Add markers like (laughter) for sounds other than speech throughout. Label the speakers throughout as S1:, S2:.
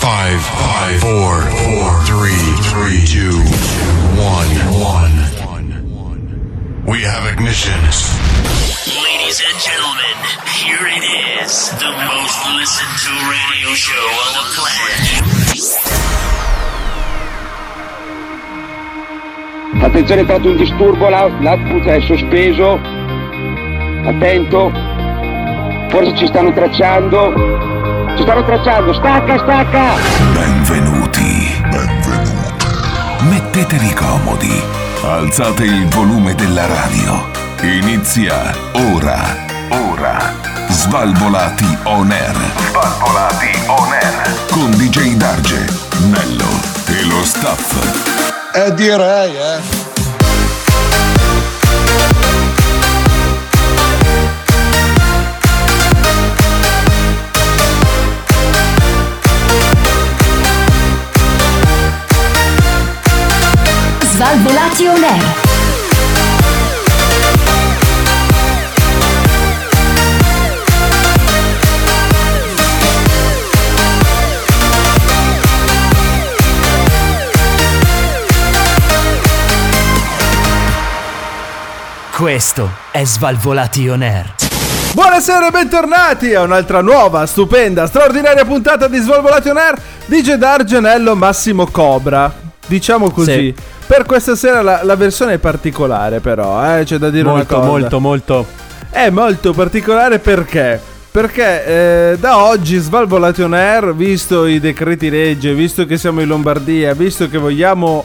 S1: Five, five, four, four, three, three, two, one, one. We have ignitions.
S2: Ladies and gentlemen, here it is, the most listened to radio show on the planet.
S3: Attenzione, è entrato un disturbo, l'out- l'output è sospeso. Attento. Forse ci stanno tracciando. Ci stanno tracciando. Stacca, stacca!
S4: Benvenuti. Mettetevi comodi. Alzate il volume della radio. Inizia ora. Ora. Svalvolati on air. Svalvolati on air. Con DJ Darge, Nello e lo staff.
S5: Eh direi, eh.
S6: Svalvolati on air.
S7: Questo è Svalvolati On Air.
S8: Buonasera e bentornati a un'altra nuova, stupenda, straordinaria puntata di Svalvolati On Air di Gedar Genello Massimo Cobra. Diciamo così.
S9: Sì.
S8: Per questa sera la, la versione è particolare però, eh, c'è da dire
S9: Molto,
S8: una cosa.
S9: molto, molto.
S8: È molto particolare perché? Perché eh, da oggi Svalvolati On Air, visto i decreti legge, visto che siamo in Lombardia, visto che vogliamo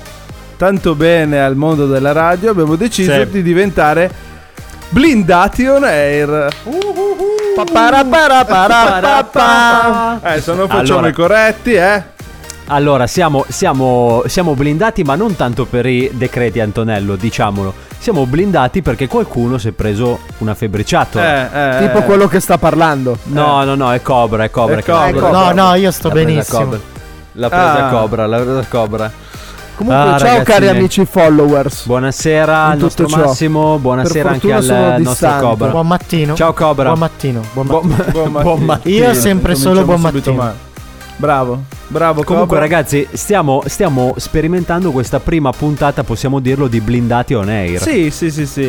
S8: tanto bene al mondo della radio, abbiamo deciso
S9: Sì.
S8: di diventare blindati on air.
S9: Paparaparapara.
S8: Adesso non facciamo
S9: Allora.
S8: i corretti, eh?
S9: Allora, siamo, siamo, siamo blindati, ma non tanto per i decreti, Antonello, diciamolo. Siamo blindati perché qualcuno si è preso una febbriciatola.
S8: Eh, eh,
S10: Tipo
S8: eh.
S10: quello che sta parlando. Eh.
S9: No, no, no, è Cobra, è Cobra.
S8: È
S9: che
S8: Cobra.
S9: l'ha presa.
S8: Ecco.
S11: No, no, io sto
S9: L'ha presa
S11: benissimo.
S9: Cobra. L'ha presa
S8: Ah.
S9: Cobra, l'ha presa Cobra.
S10: Comunque,
S9: Ah,
S10: ciao
S9: ragazzi
S10: cari
S9: miei.
S10: amici followers.
S9: Buonasera
S10: In
S9: al
S10: tutto
S9: nostro
S10: ciò.
S9: Massimo, buonasera
S10: Per
S9: anche
S10: fortuna
S9: al
S10: sono
S9: nostro
S10: distante.
S9: Cobra.
S11: Buon mattino.
S9: Ciao Cobra.
S11: Buon mattino. Buon
S9: (laughs) Buon-
S11: mattino.
S8: Buon mattino.
S9: Buon mattino.
S11: Io sempre
S8: Cominciamo
S11: solo buon
S8: subito
S11: mattino.
S8: male. Bravo, bravo
S9: Comunque,
S8: Cobra.
S9: ragazzi, stiamo, stiamo sperimentando questa prima puntata, possiamo dirlo, di blindati on air.
S8: Sì, sì, sì, sì.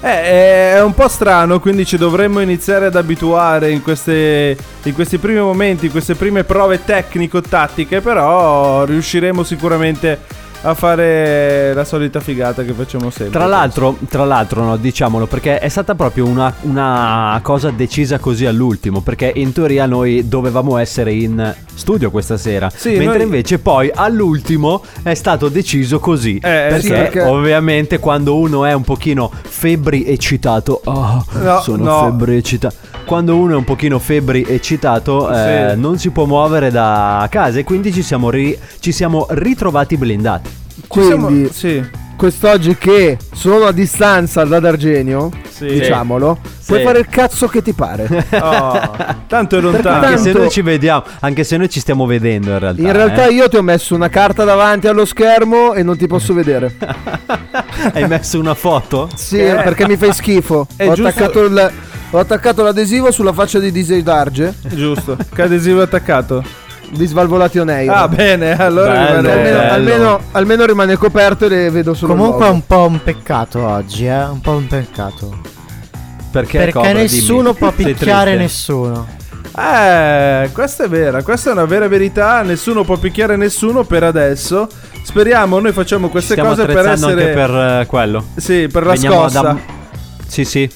S8: Eh, eh, è un po' strano, quindi ci dovremmo iniziare ad abituare in, queste- in questi primi momenti, in queste prime prove tecnico-tattiche, però riusciremo sicuramente a fare la solita figata che facciamo sempre.
S9: Tra l'altro, tra l'altro no, diciamolo, perché è stata proprio una, una cosa decisa così all'ultimo, perché in teoria noi dovevamo essere in studio questa sera,
S8: Sì,
S9: mentre
S8: noi-
S9: invece poi all'ultimo è stato deciso così, perché,
S8: Eh, sì, perché-
S9: ovviamente quando uno è un pochino febbri eccitato, oh,
S8: No,
S9: sono
S8: no.
S9: febbri eccitato, quando uno è un pochino febbri eccitato eh,
S8: Sì.
S9: non si può muovere da casa e quindi ci siamo, ri- ci siamo ritrovati blindati.
S8: Ci siamo-
S10: Quindi,
S8: sì,
S10: quest'oggi che sono a distanza da Dargenio,
S8: Sì.
S10: diciamolo, puoi
S9: Sì.
S10: fare il cazzo che ti pare.
S8: Oh,
S9: (laughs)
S8: tanto è
S9: Anche
S8: lontano.
S9: se
S10: Tanto-
S9: noi ci vediamo, anche se noi ci stiamo vedendo in realtà.
S10: In realtà
S9: eh.
S10: io ti ho messo una carta davanti allo schermo e non ti posso vedere.
S9: (laughs) hai messo una foto?
S10: Sì, perché mi fai schifo.
S8: (laughs) È
S10: Ho
S8: giusto-
S10: attaccato, il- ho attaccato l'adesivo sulla faccia di DJ Darge
S8: Giusto, che adesivo è attaccato.
S10: di Svalvolati on Air.
S8: Ah, bene, allora
S9: Bello,
S8: rimane-
S10: almeno,
S9: bello.
S10: almeno- almeno rimane coperto e le vedo solo. il
S11: Comunque è
S10: logo.
S11: un po' un peccato oggi, eh. Un po' un peccato.
S9: Perché,
S11: Perché
S9: Cobra,
S11: nessuno
S9: dimmi.
S11: può
S9: Sei
S11: picchiare
S9: triste?
S11: nessuno.
S8: Eh, questa è vera, questa è una vera verità, nessuno può picchiare nessuno per adesso. Speriamo, noi facciamo
S9: Ci
S8: queste
S9: Stiamo
S8: cose per
S9: attrezzando
S8: essere
S9: anche per eh, quello.
S8: Sì, per la
S9: Veniamo
S8: scossa.
S9: da- Sì, sì.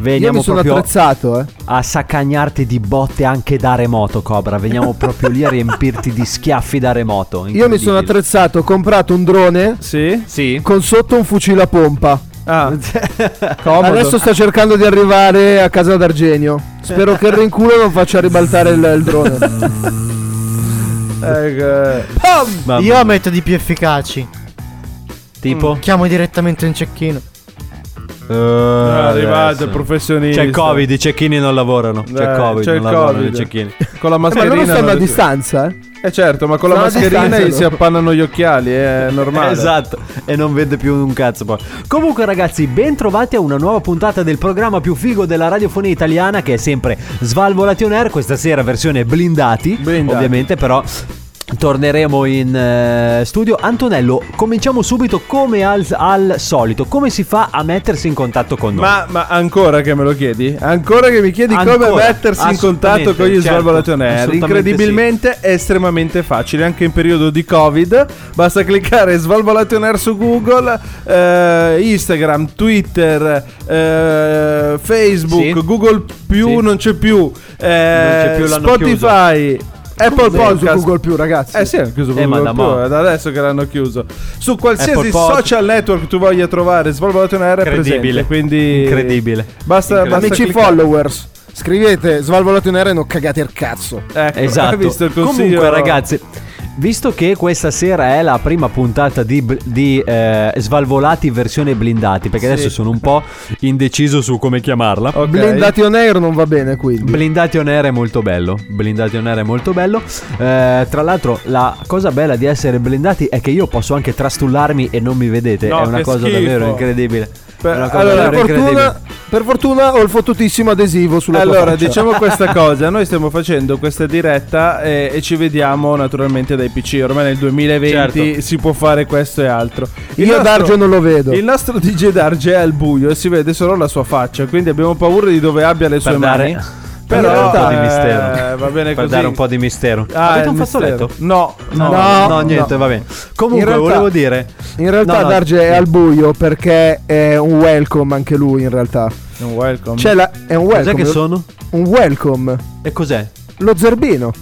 S10: Io
S9: Veniamo
S10: mi sono
S9: proprio
S10: attrezzato, eh.
S9: a saccagnarti di botte anche da remoto, Cobra. Veniamo proprio lì a riempirti di schiaffi da
S10: Io
S9: remoto.
S10: mi sono
S9: Incredibile.
S10: attrezzato, ho comprato un drone
S8: Sì?
S9: Sì.
S10: con sotto un fucile a pompa. (laughs)
S8: Ah, comodo.
S10: Adesso sto cercando di arrivare a casa d'Argenio. Spero che il rinculo non faccia ribaltare il, il
S8: (laughs)
S10: drone.
S8: Ecco.
S11: Io
S9: Mamma mia.
S11: ho metodi più efficaci.
S9: Tipo?
S11: Chiamo direttamente un cecchino.
S8: arrivato il professionista.
S9: C'è il Covid, i cecchini non lavorano. C'è il
S8: Eh,
S9: Covid,
S8: c'è il
S9: non lavorano
S8: Covid.
S9: i cecchini.
S8: (laughs) Con la
S10: Eh, ma
S8: mascherina.
S10: loro stanno a
S8: non-
S10: distanza, eh?
S8: Eh certo, ma con la
S10: No, a
S8: mascherina
S10: distanza
S8: gli
S10: loro.
S8: si appannano gli occhiali, è normale.
S9: Esatto, e non vede più un cazzo poi. Comunque ragazzi, ben trovati a una nuova puntata del programma più figo della radiofonia italiana che è sempre Svalvolati on Air, questa sera versione blindati,
S8: Blindati.
S9: ovviamente però torneremo in eh, studio. Antonello, cominciamo subito come al, al solito, come si fa a mettersi in contatto con noi?
S8: Ma, ma ancora che me lo chiedi? Ancora che mi chiedi come
S9: Ancora,
S8: mettersi in contatto
S9: assolutamente,
S8: con gli
S9: certo,
S8: svalvolatoneri?
S9: assolutamente
S8: Incredibilmente è estremamente facile, anche in periodo di Covid. Basta cliccare svalvolationer su Google, eh, Instagram, Twitter, eh, Facebook,
S9: Sì.
S8: Google più,
S9: Sì.
S8: non c'è più, eh,
S9: c'è più, l'hanno
S8: Spotify. Apple
S10: Beh, su
S8: Podcast
S10: Google più, ragazzi.
S8: eh sì, hanno chiuso
S9: Eh, ma
S8: Google
S9: da
S8: Plus,
S9: mo'.
S8: è da adesso che l'hanno chiuso. Su
S9: Apple
S8: qualsiasi
S9: Pod-
S8: social network tu voglia trovare, Svalvolato Air è presente,
S9: Incredibile.
S8: quindi
S9: Incredibile.
S8: Basta, basta
S10: Amici
S8: cliccare.
S10: followers, scrivete Svalvolato in aereo e non cagate il cazzo.
S8: Ecco, (laughs)
S9: Esatto.
S8: hai visto il consiglio?
S9: Comunque, ragazzi, visto che questa sera è la prima puntata di, bl- di, eh, Svalvolati versione blindati, perché adesso sono un po' indeciso su come chiamarla.
S8: Ok.
S10: Blindati on air non va bene, quindi.
S9: Blindati on air è molto bello. Blindati on air è molto bello. Eh, tra l'altro, la cosa bella di essere blindati è che io posso anche trastullarmi e non mi vedete.
S8: No,
S9: è una
S8: che
S9: cosa
S8: schifo.
S9: davvero incredibile.
S8: Per-
S9: È una cosa
S8: allora,
S10: Per
S9: davvero
S10: fortuna,
S9: incredibile.
S10: per fortuna ho il fottutissimo adesivo sulla tua
S8: Allora,
S10: faccia. (laughs)
S8: diciamo questa cosa, noi stiamo facendo questa diretta eh, e, e ci vediamo naturalmente dai PC, ormai nel 2020
S9: Certo.
S8: si può fare questo e altro. Il
S10: Io
S8: nostro-
S10: Darge non lo vedo.
S8: Il nostro DJ Darge è al buio e si vede solo la sua faccia, quindi abbiamo paura di dove abbia le sue
S9: Per dare,
S8: mani.
S9: per dare
S8: Però,
S9: un po' di
S8: eh,
S9: mistero.
S8: va bene
S9: per
S8: così.
S9: dare un po' di mistero.
S8: Ah,
S9: Avete
S8: il
S9: un
S8: mistero.
S9: fazzoletto?
S8: No,
S9: No, no, niente, va bene. Comunque,
S10: realtà-
S9: volevo dire.
S10: In realtà
S9: No, no,
S10: Darge è
S9: sì.
S10: al buio perché è un welcome anche lui in realtà.
S8: Un welcome.
S10: C'è la- è un welcome.
S9: Cos'è che sono?
S10: Un welcome. (laughs)
S9: E cos'è?
S10: Lo
S9: (laughs)
S10: zerbino.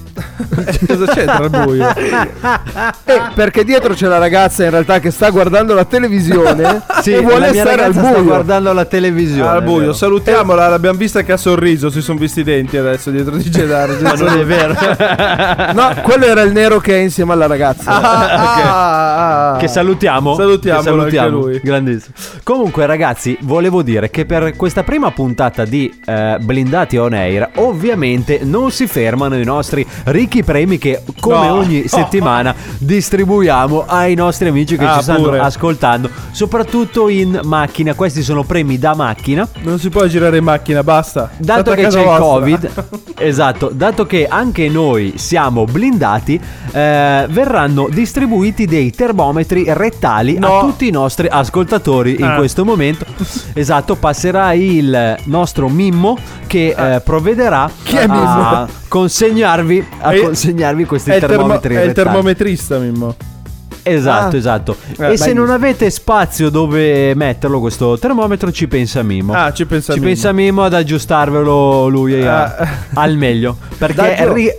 S8: cosa c'è tra il buio?
S10: Eh, perché dietro c'è la ragazza in realtà che sta guardando la
S9: (laughs)
S10: televisione e vuole
S9: la mia
S10: stare al
S9: ragazza Sta
S10: buio.
S9: guardando la televisione.
S8: Al buio,
S9: è vero.
S8: salutiamola, l'abbiamo vista che ha sorriso, si sono visti i denti adesso dietro di Gedarge.
S9: Ma non è vero.
S10: (laughs)
S9: (laughs)
S10: No, quello era il nero che è insieme alla ragazza.
S9: Ah,
S8: Ah,
S9: che salutiamo.
S8: Salutiamolo
S9: Che salutiamo.
S8: anche lui.
S9: Grandissimo. Comunque, ragazzi, volevo dire che per questa prima puntata di eh, Blindati on Air, ovviamente non si fermano i nostri ricchi premi che, come
S8: No. (laughs)
S9: ogni settimana, distribuiamo ai nostri amici che
S8: Ah,
S9: ci stanno
S8: pure.
S9: ascoltando, soprattutto in macchina. Questi sono premi da macchina.
S8: Non si può girare in macchina, basta.
S9: Dato
S8: State a
S9: che
S8: casa
S9: c'è il
S10: (laughs)
S8: vostra.
S9: Covid,
S8: (laughs)
S9: esatto, dato che anche noi siamo blindati, eh, verranno distribuiti dei termometri rettali a tutti i nostri ascoltatori in
S8: Ah.
S9: questo momento. Esatto, passerà il nostro Mimmo che
S8: Ah.
S9: eh, provvederà
S10: è Mimmo?
S9: a consegnarvi, a
S8: È-
S9: consegnarvi questi
S8: è il, termo-
S9: termometri
S8: è il
S9: rettali.
S8: termometrista, Mimmo.
S10: Ah.
S9: Esatto, esatto.
S10: Eh,
S9: e se
S8: bellissimo.
S9: non avete spazio dove metterlo questo termometro, ci pensa Mimo.
S8: Ah, ci pensa
S9: Ci
S8: Mimmo.
S9: pensa Mimo ad aggiustarvelo lui a-
S8: Ah.
S9: al meglio. Perché,
S8: Daggio.
S9: ri-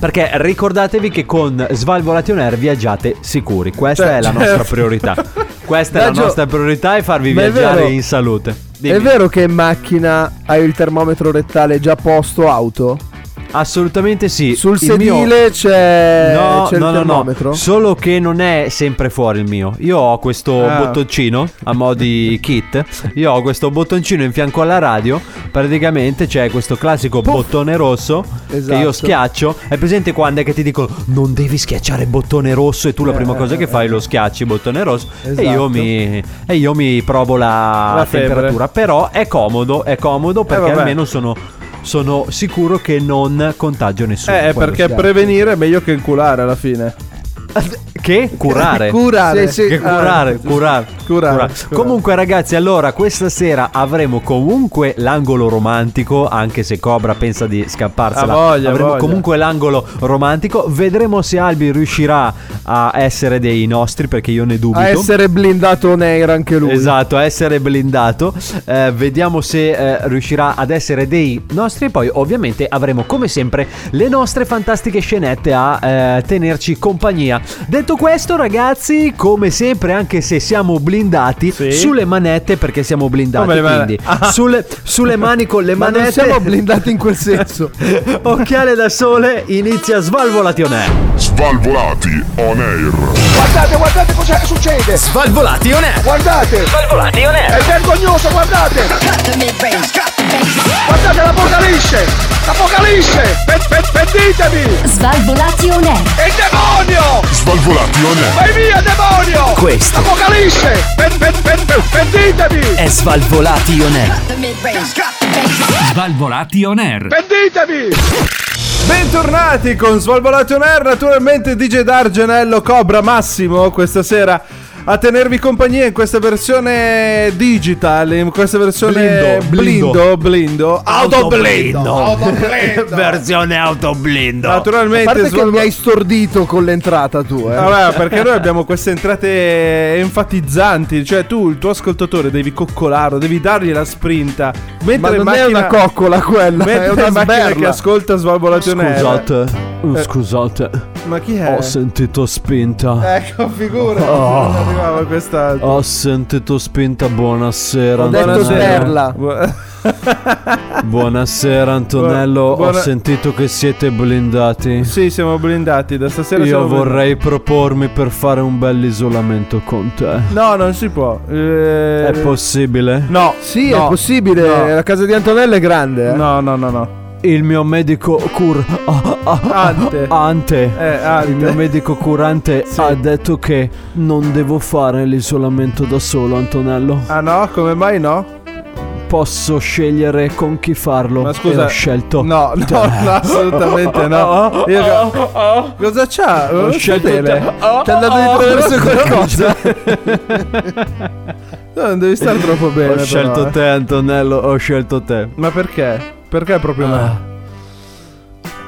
S9: perché ricordatevi che con Svalvolati on Air viaggiate sicuri. Questa
S8: Cioè,
S9: è la
S8: cioè-
S10: (laughs)
S9: nostra priorità. Questa è la
S10: Daggio,
S9: nostra priorità e farvi
S10: certo. ma è
S9: viaggiare
S10: vero-
S9: in salute.
S10: È
S9: Dimmi.
S10: vero che in macchina hai il termometro rettale già posto auto?
S9: Assolutamente sì.
S10: Sul
S9: Il mio-
S10: sedile c'è,
S9: No,
S10: c'è
S9: no,
S10: il
S9: no, no,
S10: termometro?
S9: Solo che non è sempre fuori il mio. Io ho questo
S8: Ah.
S9: bottoncino a mo' di kit. Io ho questo bottoncino in fianco alla radio. Praticamente c'è questo classico bottone rosso che io
S10: Esatto.
S9: schiaccio. È presente quando è che ti dicono non devi schiacciare il bottone rosso e tu la prima cosa che fai è lo schiacci il bottone rosso e, io
S10: Esatto.
S9: mi, e io mi provo la,
S8: La febbre.
S9: temperatura. Però è comodo, è comodo perché
S8: vabbè.
S9: almeno sono, sono sicuro che non contagio nessuno.
S8: Eh,
S9: Quello
S8: perché
S9: sì.
S8: prevenire è meglio che inculare alla fine.
S9: Che? (laughs) Curare.
S10: Curare.
S8: Sì, sì.
S9: Che curare,
S8: Ah,
S9: curare,
S8: curare, curare.
S9: Comunque, ragazzi, allora questa sera avremo comunque l'angolo romantico. Anche se Cobra pensa di scapparsela,
S8: Ha voglia,
S9: avremo
S8: voglia.
S9: comunque l'angolo romantico. Vedremo se Albi riuscirà a essere dei nostri, perché io ne dubito.
S10: A essere blindato Neir anche lui.
S9: Esatto, a essere blindato. Eh, vediamo se eh, riuscirà ad essere dei nostri. E poi, ovviamente, avremo come sempre le nostre fantastiche scenette a eh, tenerci compagnia. Detto questo, ragazzi, come sempre, anche se siamo blindati
S8: Sì.
S9: sulle manette perché siamo blindati.
S8: Come le man-
S9: quindi sulle, sulle mani con le
S10: Ma non
S9: manette.
S10: siamo blindati in quel senso.
S9: (laughs) Occhiale da sole, inizia Svalvolati on air.
S4: Svalvolati on air.
S3: Guardate, guardate cosa succede!
S7: Svalvolati on air.
S3: Guardate!
S7: Svalvolati on air.
S3: È vergognoso, guardate! Guardate l'apocalisse! L'apocalisse! Pe- pe- Pentitevi!
S6: Svalvolati on air.
S3: È il demonio!
S4: Svalvolati on air.
S3: Vai via, demonio!
S7: Questo.
S3: Apocalisse! Pe- pe- pe- pe- Pentitevi!
S7: È Svalvolati on air. Svalvolati on air.
S3: Pentitevi!
S8: Bentornati con Svalvolation Air, naturalmente DJ Dargenello Cobra Massimo questa sera a tenervi compagnia in questa versione digital, in questa versione
S9: Blindo, Eh, blindo.
S8: blindo, blindo, autoblindo.
S9: Versione autoblindo.
S10: A parte
S8: Naturalmente
S10: che
S8: Sval-
S10: mi hai stordito con l'entrata tu, eh.
S8: Vabbè, perché
S10: (laughs)
S8: noi abbiamo queste entrate enfatizzanti, cioè tu il tuo ascoltatore devi coccolarlo, devi dargli la sprinta.
S10: Ma
S8: Mentre
S10: non
S8: in
S10: è una
S8: macchina-
S10: coccola quella,
S8: Mentre
S10: è una
S8: in macchina che
S10: sberla.
S8: ascolta Svalvolation Air.
S9: Scusate, scusate,
S8: Ma chi è?
S9: ho sentito spinta.
S8: Ecco, figura.
S10: Oh.
S8: Non arrivava quest'altro.
S9: Ho sentito spinta, buonasera
S10: Ho detto
S9: Antonello.
S10: sberla.
S8: Bu-
S9: Buonasera Antonello,
S8: Buona-
S9: ho sentito che siete blindati.
S8: Sì, siamo blindati. Da stasera siamo
S9: Io
S8: blindati.
S9: vorrei propormi per fare un bel isolamento con te.
S8: No, non si può. Eh,
S9: È possibile?
S8: No.
S10: Sì,
S8: no,
S10: è possibile.
S8: no.
S10: La casa di Antonella è grande. eh.
S8: No, no, no, no.
S9: Il mio medico cur... ah, ah, ah,
S8: Ante.
S9: Ante.
S8: Eh, Ante.
S9: Il mio medico
S8: (laughs)
S9: curante ha detto che non devo fare l'isolamento da solo, Antonello.
S8: Ah no, come mai no?
S9: Posso scegliere con chi farlo.
S8: Ma scusa,
S9: E ho scelto.
S8: No, no,
S9: Cioè.
S8: no, assolutamente
S9: Oh,
S8: no. Io- cosa c'ha?
S9: Ho
S8: Non so
S9: scelto
S8: bene.
S9: te. Oh,
S8: Ti è andato di attraverso
S9: (laughs)
S8: qualcosa. no, non devi stare troppo bene.
S9: Ho
S8: però,
S9: scelto
S8: eh.
S9: te, Antonello. Ho scelto te.
S8: Ma perché? Perché
S9: Ah.
S8: proprio me?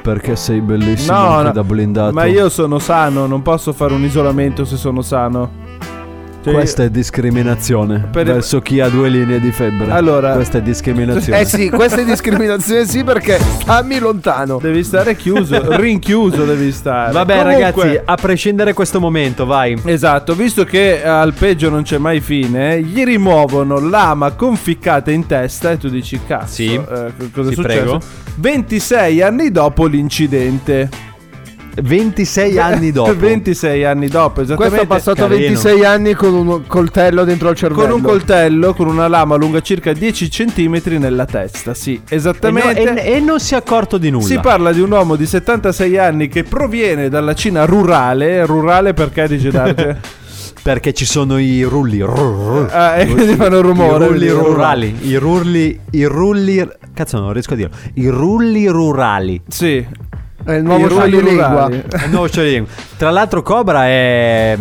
S9: Perché sei bellissimo
S8: No,
S9: anche
S8: no,
S9: da blindato.
S8: Ma io sono sano, non posso fare un isolamento se sono sano. Cioè,
S9: Questa è discriminazione
S8: Per-
S9: verso chi ha due linee di febbre.
S8: Allora-
S9: questa è discriminazione.
S10: Eh sì, questa è discriminazione, sì, perché stammi lontano.
S8: Devi stare chiuso, rinchiuso devi stare.
S9: Vabbè,
S8: Comunque-
S9: ragazzi, a prescindere questo momento, vai.
S8: Esatto, visto che al peggio non c'è mai fine, gli rimuovono l'ama conficcata in testa e tu dici cazzo,
S9: Sì.
S8: eh, co- cosa è
S9: Sì,
S8: successo?
S9: prego.
S8: 26 anni dopo l'incidente.
S9: 26
S8: (laughs)
S9: anni dopo.
S8: 26 anni dopo,
S10: Questo
S8: esattamente.
S10: ha passato
S9: carino.
S10: 26 anni con un coltello dentro al cervello.
S8: con un coltello, con una lama lunga circa 10 cm nella testa, sì,
S9: E, Eh no-
S8: esattamente.
S9: e- e non si è accorto di nulla.
S8: Si parla di un uomo di 76 anni che proviene dalla Cina rurale, rurale perché dice Darge?
S9: Perché ci sono i rulli. rrr,
S8: Ah, e quindi fanno rumore.
S9: I rulli
S8: quindi-
S9: rurali. I rulli. I rulli. Cazzo, non riesco a dirlo. I rulli rurali.
S8: Sì.
S10: È il
S8: I
S10: nuovo
S8: rulli
S10: scioglilingua.
S8: rurali.
S9: No, cioè, io- Tra l'altro, Cobra è.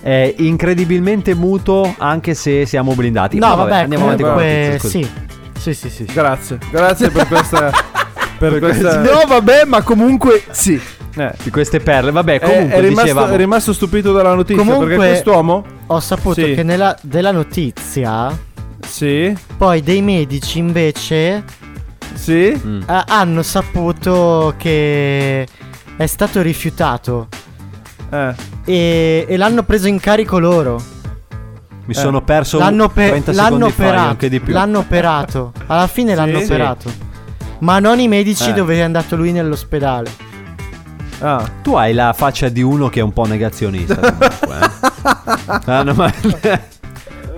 S9: È incredibilmente muto anche se siamo blindati.
S11: No,
S9: Ma
S11: vabbè,
S9: andiamo avanti con la
S11: comunque
S9: notizia, scusa.
S11: sì. Sì, sì, sì. sì.
S8: Grazie, grazie per questa. per questa.
S10: No, vabbè, ma comunque sì.
S8: Eh,
S9: Di queste perle. Vabbè,
S8: è,
S9: comunque
S8: è rimasto,
S9: dicevamo.
S8: è rimasto stupito dalla notizia
S11: Comunque-
S8: perché quest'uomo.
S11: Ho saputo
S8: Sì.
S11: che nella della notizia
S8: Sì,
S11: poi dei medici invece
S8: sì.
S11: eh, hanno saputo che è stato rifiutato
S8: Eh.
S11: e, e l'hanno preso in carico loro.
S9: Mi
S8: eh.
S9: sono perso
S11: L'hanno, pe-
S9: 30
S11: l'hanno
S9: secondi fa,
S11: operato.
S9: anche di più.
S11: L'hanno operato. Alla fine l'hanno
S8: Sì.
S11: operato. Ma non i medici
S9: Eh.
S11: dove è andato lui nell'ospedale.
S8: Ah.
S9: Tu hai la faccia di uno che è un po' negazionista. comunque,
S8: (laughs)
S9: eh. Ah, no, ma-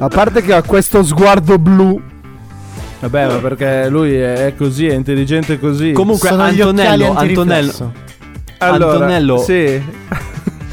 S10: A parte che ha questo sguardo blu.
S8: Vabbè, ma perché lui è, è così, è intelligente così.
S9: Comunque,
S11: Sono gli occhiali
S9: Antonello, Antonello,
S11: antiriflesso.
S8: allora,
S9: Antonello.
S8: Sì.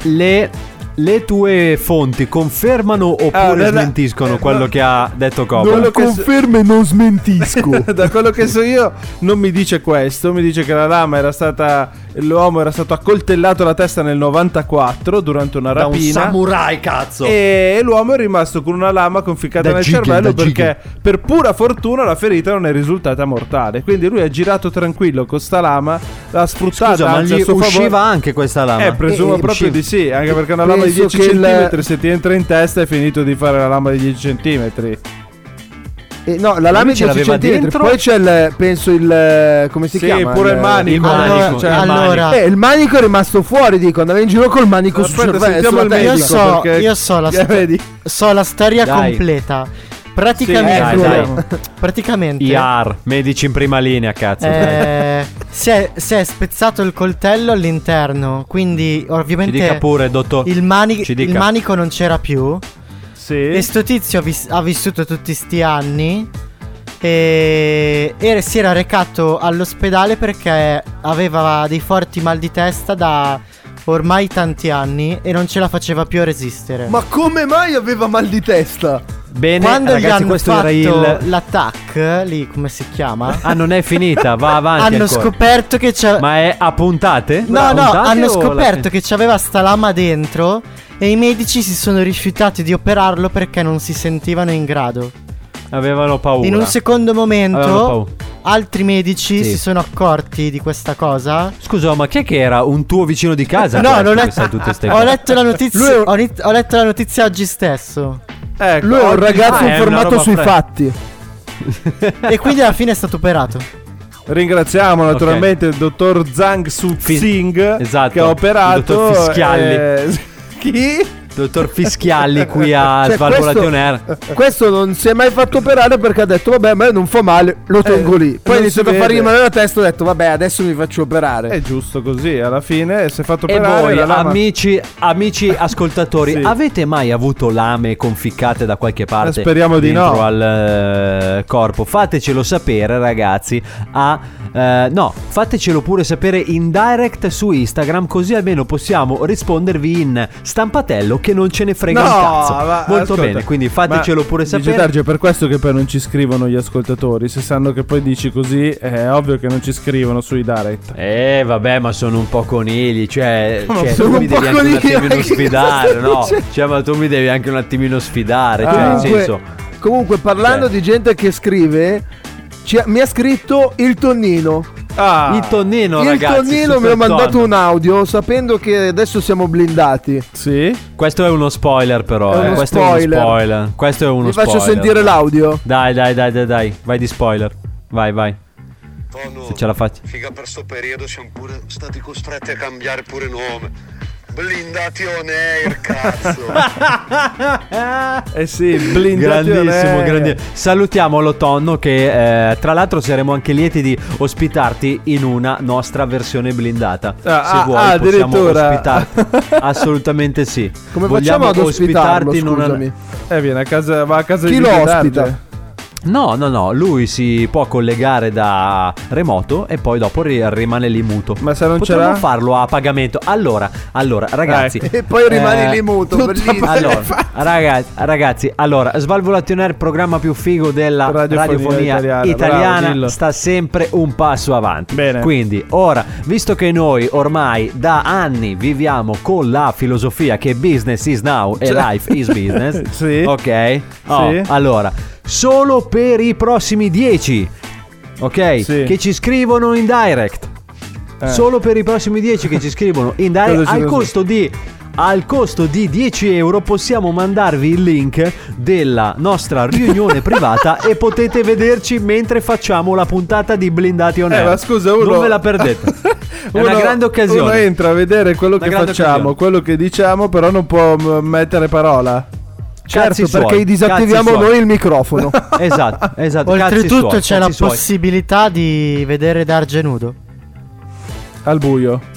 S9: le, le tue fonti confermano oppure
S8: Allora,
S9: smentiscono
S8: eh,
S9: quello
S8: Ah, no.
S9: che ha detto Cobra?
S10: Non lo
S8: che-
S10: confermo e non smentisco.
S8: (laughs) da quello che so io non mi dice questo, mi dice che la lama era stata l'uomo era stato accoltellato alla testa nel 94 durante una rapina.
S9: samurai, cazzo!
S8: e l'uomo è rimasto con una lama conficcata
S9: Da
S8: nel
S9: Jigen,
S8: cervello
S9: da
S8: perché per pura fortuna la ferita non è risultata mortale. Quindi lui ha girato tranquillo con sta lama, l'ha sfruttata
S9: Scusa, ma
S8: anzi,
S9: gli
S8: a suo
S9: usciva
S8: favore.
S9: anche questa lama?
S11: Ah,
S8: Eh, presumo
S9: Eh,
S8: proprio
S9: usciva.
S8: di sì, anche perché una lama di
S10: Penso
S8: 10
S10: che il-
S8: cm, se ti entra in testa, è finito di fare la lama di 10 cm.
S10: Eh, no, la
S9: Lui
S10: lame
S9: ce
S10: è 12
S9: l'aveva
S10: centimetri,
S9: dentro?
S10: Poi c'è il, penso il. come si
S8: Sì,
S10: chiama?
S8: pure il manico.
S9: il manico,
S11: Allora,
S9: cioè, il
S11: allora,
S10: Eh, il manico è rimasto fuori, dico, andava in giro col manico sul
S8: Aspetta,
S10: cervello.
S8: sentiamo
S10: sulla
S8: il
S10: testa.
S11: io,
S8: medico,
S11: so,
S8: perché-
S11: io so
S8: (laughs)
S11: la,
S10: Eh, vedi?
S11: so la storia
S9: Dai.
S11: completa.
S8: Sì, eh,
S11: Praticamente,
S9: dai, dai.
S11: praticamente
S9: IR, medici in prima linea, cazzo.
S11: Cioè- eh, si, è, si è spezzato il coltello all'terno. Quindi,
S9: Ci dica
S11: ovviamente,
S9: pure, dottor.
S11: il, mani-
S9: ci dica.
S11: il manico non c'era più.
S8: Sì.
S11: E sto tizio ha, vis- ha vissuto tutti sti anni. E, e si era recato all'ospedale perché aveva dei forti mal di testa da ormai tanti anni e non ce la faceva più a resistere.
S10: Ma come mai aveva mal di testa?
S9: Bene,
S11: Quando gli
S9: ragazzi,
S11: hanno
S9: questo
S11: fatto
S9: era il.
S11: l'attack, lì come si chiama?
S9: Ah, non è
S11: (laughs)
S9: finita, va avanti.
S11: hanno
S9: ancora.
S11: scoperto che c'è
S9: Ma è a puntate?
S11: No,
S9: A
S11: no,
S9: puntate
S11: hanno
S9: o la-
S11: scoperto che c'aveva sta lama dentro e i medici si sono rifiutati di operarlo perché non si sentivano in grado.
S9: Avevano paura.
S11: In un secondo
S9: Avevano
S11: momento
S9: paura.
S11: altri medici
S9: Sì.
S11: si sono accorti di questa cosa.
S9: Scusa, ma chi è che era? Un tuo vicino di casa?
S11: No,
S9: questo,
S11: l'ho
S9: che
S11: letto,
S9: sa tutte ste
S11: ho
S9: cose?
S11: letto la notizia. Ho, nit- ho letto la notizia oggi stesso.
S8: Ecco,
S10: Lui è un
S8: oggi-
S10: ragazzo
S9: Ah, è una
S10: informato
S9: roba
S10: sui
S9: fre-
S10: fatti.
S9: Eh.
S11: e quindi alla fine è stato
S9: (laughs)
S11: operato.
S8: Ringraziamo naturalmente il dottor Zhang Su
S9: Fin-
S8: Tsing
S9: Esatto,
S8: che ha operato.
S9: il dottor Fischialli. (laughs)
S8: eh, chi?
S9: Dottor Fischialli qui a
S10: Cioè,
S9: Svalvolation
S10: questo-
S9: Air.
S10: Questo non si è mai fatto operare perché ha detto, vabbè, a me non fa male, lo tengo lì. Poi
S8: Eh, non
S10: ha iniziato a
S8: si
S10: fargli
S8: vede.
S10: male la testa e ha detto, vabbè, adesso mi faccio operare.
S8: È giusto così, alla fine eh, si è fatto
S9: E
S8: operare.
S9: voi,
S8: la lama-
S9: amici, amici ascoltatori,
S8: (laughs) Sì.
S9: avete mai avuto lame conficcate da qualche parte?
S8: Eh, speriamo di
S9: dentro
S8: no.
S9: al eh, corpo. Fatecelo sapere, ragazzi. A, eh, no, fatecelo pure sapere in direct su Instagram, così almeno possiamo rispondervi in stampatello che non ce ne frega un cazzo.
S8: ma
S9: Molto
S8: ascolta,
S9: bene, quindi fatecelo
S8: ma
S9: pure
S8: dice
S9: sapere.
S8: Darge, è per questo che poi non ci scrivono gli ascoltatori. Se sanno che poi dici così, è ovvio che non ci scrivono sui direct.
S9: Eh vabbè ma sono un po' conigli
S10: (laughs)
S9: Cioè, cioè,
S10: sono
S9: tu
S10: un
S9: mi
S10: po'
S9: devi anche un
S10: conigli, ma
S9: attimino
S10: che cosa
S9: sfidare
S10: (laughs) stai
S9: No
S10: dicendo?
S9: Cioè ma tu mi devi anche un attimino sfidare Cioè nel
S10: Comunque-
S9: senso
S10: Comunque, parlando
S9: Cioè.
S10: di gente che scrive, ci ha- mi ha scritto il Tonnino.
S8: Ah,
S9: Il tonnino
S10: il
S9: ragazzi
S10: Tonnino
S9: super
S10: mi ha mandato
S9: tonno.
S10: un audio sapendo che adesso siamo blindati.
S8: sì?
S9: Questo è uno spoiler però
S10: È
S9: eh.
S10: uno
S9: Questo è
S10: spoiler.
S9: uno spoiler Questo è uno
S10: Vi
S9: spoiler
S10: faccio sentire l'audio.
S9: Dai dai dai dai dai Vai di spoiler Vai vai
S5: Tonno,
S9: Se ce la faccio
S5: figa per sto periodo siamo pure stati costretti a cambiare pure nome. Blindati on air, cazzo.
S9: (laughs)
S8: Eh sì, blindati
S9: Grandissimo,
S8: on air.
S9: grandissimo. Salutiamo Lotonno che eh, tra l'altro saremo anche lieti di ospitarti in una nostra versione blindata.
S8: Ah,
S9: Se
S8: ah,
S9: vuoi
S8: ah,
S9: possiamo
S8: addirittura.
S9: ospitarti. Assolutamente sì.
S10: Come
S9: Vogliamo
S10: facciamo ad ospitarlo?
S9: ospitarti in una-
S10: Scusami.
S8: Eh, viene a casa, va a casa
S10: Chi
S8: di
S10: lo
S8: Luigi
S10: ospita?
S8: Darge.
S9: No, no, no, lui si può collegare da remoto e poi dopo ri- rimane lì muto.
S8: Ma se non ce
S9: Potremmo
S8: l'ha?
S9: farlo a pagamento. Allora, allora, ragazzi,
S8: (laughs)
S10: E poi rimani
S9: Eh,
S10: lì muto. bellissimo.
S9: Allora, ragazzi, ragazzi, allora, Svalvolation Air, programma più figo della radiofonia,
S8: Radiofonia
S9: italiana,
S8: italiana, bravo, dillo.
S9: sta sempre un passo avanti.
S8: Bene.
S9: Quindi, ora, visto che noi ormai da anni viviamo con la filosofia che business is now e life is business,
S8: Cioè. (laughs) Sì.
S9: ok? Oh,
S8: Sì.
S9: Allora, solo per i prossimi 10, ok?
S8: Sì.
S9: Che ci scrivono in direct.
S8: Eh.
S9: Solo per i prossimi 10
S8: (laughs)
S9: che ci scrivono in direct
S8: Cosa ci
S9: al
S8: cosa?
S9: costo di al costo di 10 euro possiamo mandarvi il link della nostra
S8: (laughs)
S9: riunione privata e potete vederci mentre facciamo la puntata di Blindati On
S8: Eh,
S9: Air.
S8: ma scusa, uno-
S9: Non ve la
S8: (laughs)
S9: perdete. È una
S8: Uno-
S9: grande occasione.
S8: Uno entra a vedere quello
S9: Una
S8: che
S9: grande
S8: facciamo,
S9: occasione.
S8: quello che diciamo, però non può m- mettere parola.
S9: Cazzi
S10: certo,
S9: suoi,
S10: perché gli disattiviamo
S9: cazzi
S10: noi
S9: suoi.
S10: il
S8: (laughs)
S10: microfono.
S9: Esatto, esatto. cazzi
S11: Oltretutto
S9: suoi,
S11: c'è la
S9: cazzi suoi.
S11: possibilità di vedere Darge nudo.
S8: Al buio.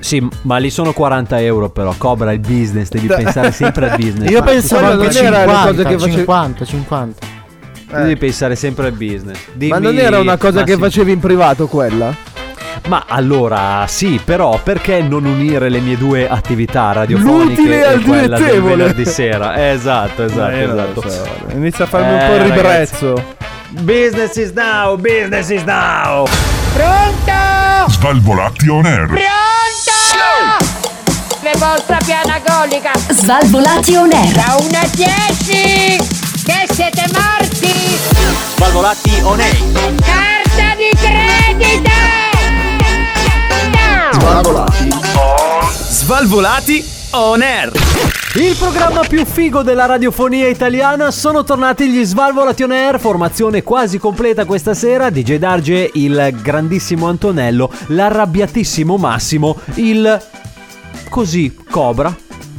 S9: Sì, ma lì sono 40 euro però. Cobra il
S10: (laughs)
S9: business, devi pensare sempre al business.
S11: Io pensavo
S10: quello
S11: anche
S10: non era le
S11: 50,
S10: cose che facevi-
S11: 50, 50.
S9: Tu devi pensare sempre al business.
S10: eh. Ma
S9: Dimmi-
S10: non era una cosa
S9: ma
S10: che
S9: sì.
S10: facevi in privato quella?
S9: Ma allora sì, però perché non unire le mie due attività radiofoniche
S10: L'utile
S9: e
S10: al
S9: quella del
S10: dilettevole.
S9: venerdì sera?
S10: (laughs)
S9: Esatto, esatto,
S8: Eh, non lo
S9: esatto.
S8: so, guarda. Inizia a farmi un
S9: Eh,
S8: po' il
S9: ragazzi.
S8: ribrezzo.
S9: Business is now, business is now.
S4: Svalvolati on air.
S12: Le vostra piana golica
S6: Svalvolati on air.
S12: da 1 a 10! Che siete morti!
S2: Svalvolati on air.
S12: Carta di credito!
S2: Svalvolati
S7: Svalvolati on air.
S9: Il programma più figo della radiofonia italiana sono tornati gli Svalvolati on Air, formazione quasi completa questa sera, DJ Darge, il grandissimo Antonello, l'arrabbiatissimo Massimo, il così Cobra.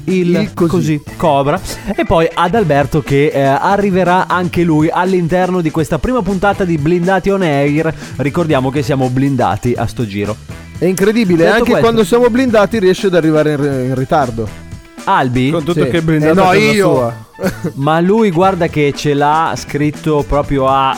S9: Il, così. Cobra e poi ad Alberto che eh, arriverà anche lui all'interno di questa prima puntata di Blindati on Air. Ricordiamo che siamo blindati a sto giro.
S10: È incredibile, anche
S9: Detto Certo questo-
S10: quando siamo blindati riesce ad arrivare in, in ritardo.
S9: Albi? Con
S10: tutto Sì. che è blindata Eh no, a casa io. (laughs) sua.
S9: Ma lui guarda che ce l'ha scritto proprio a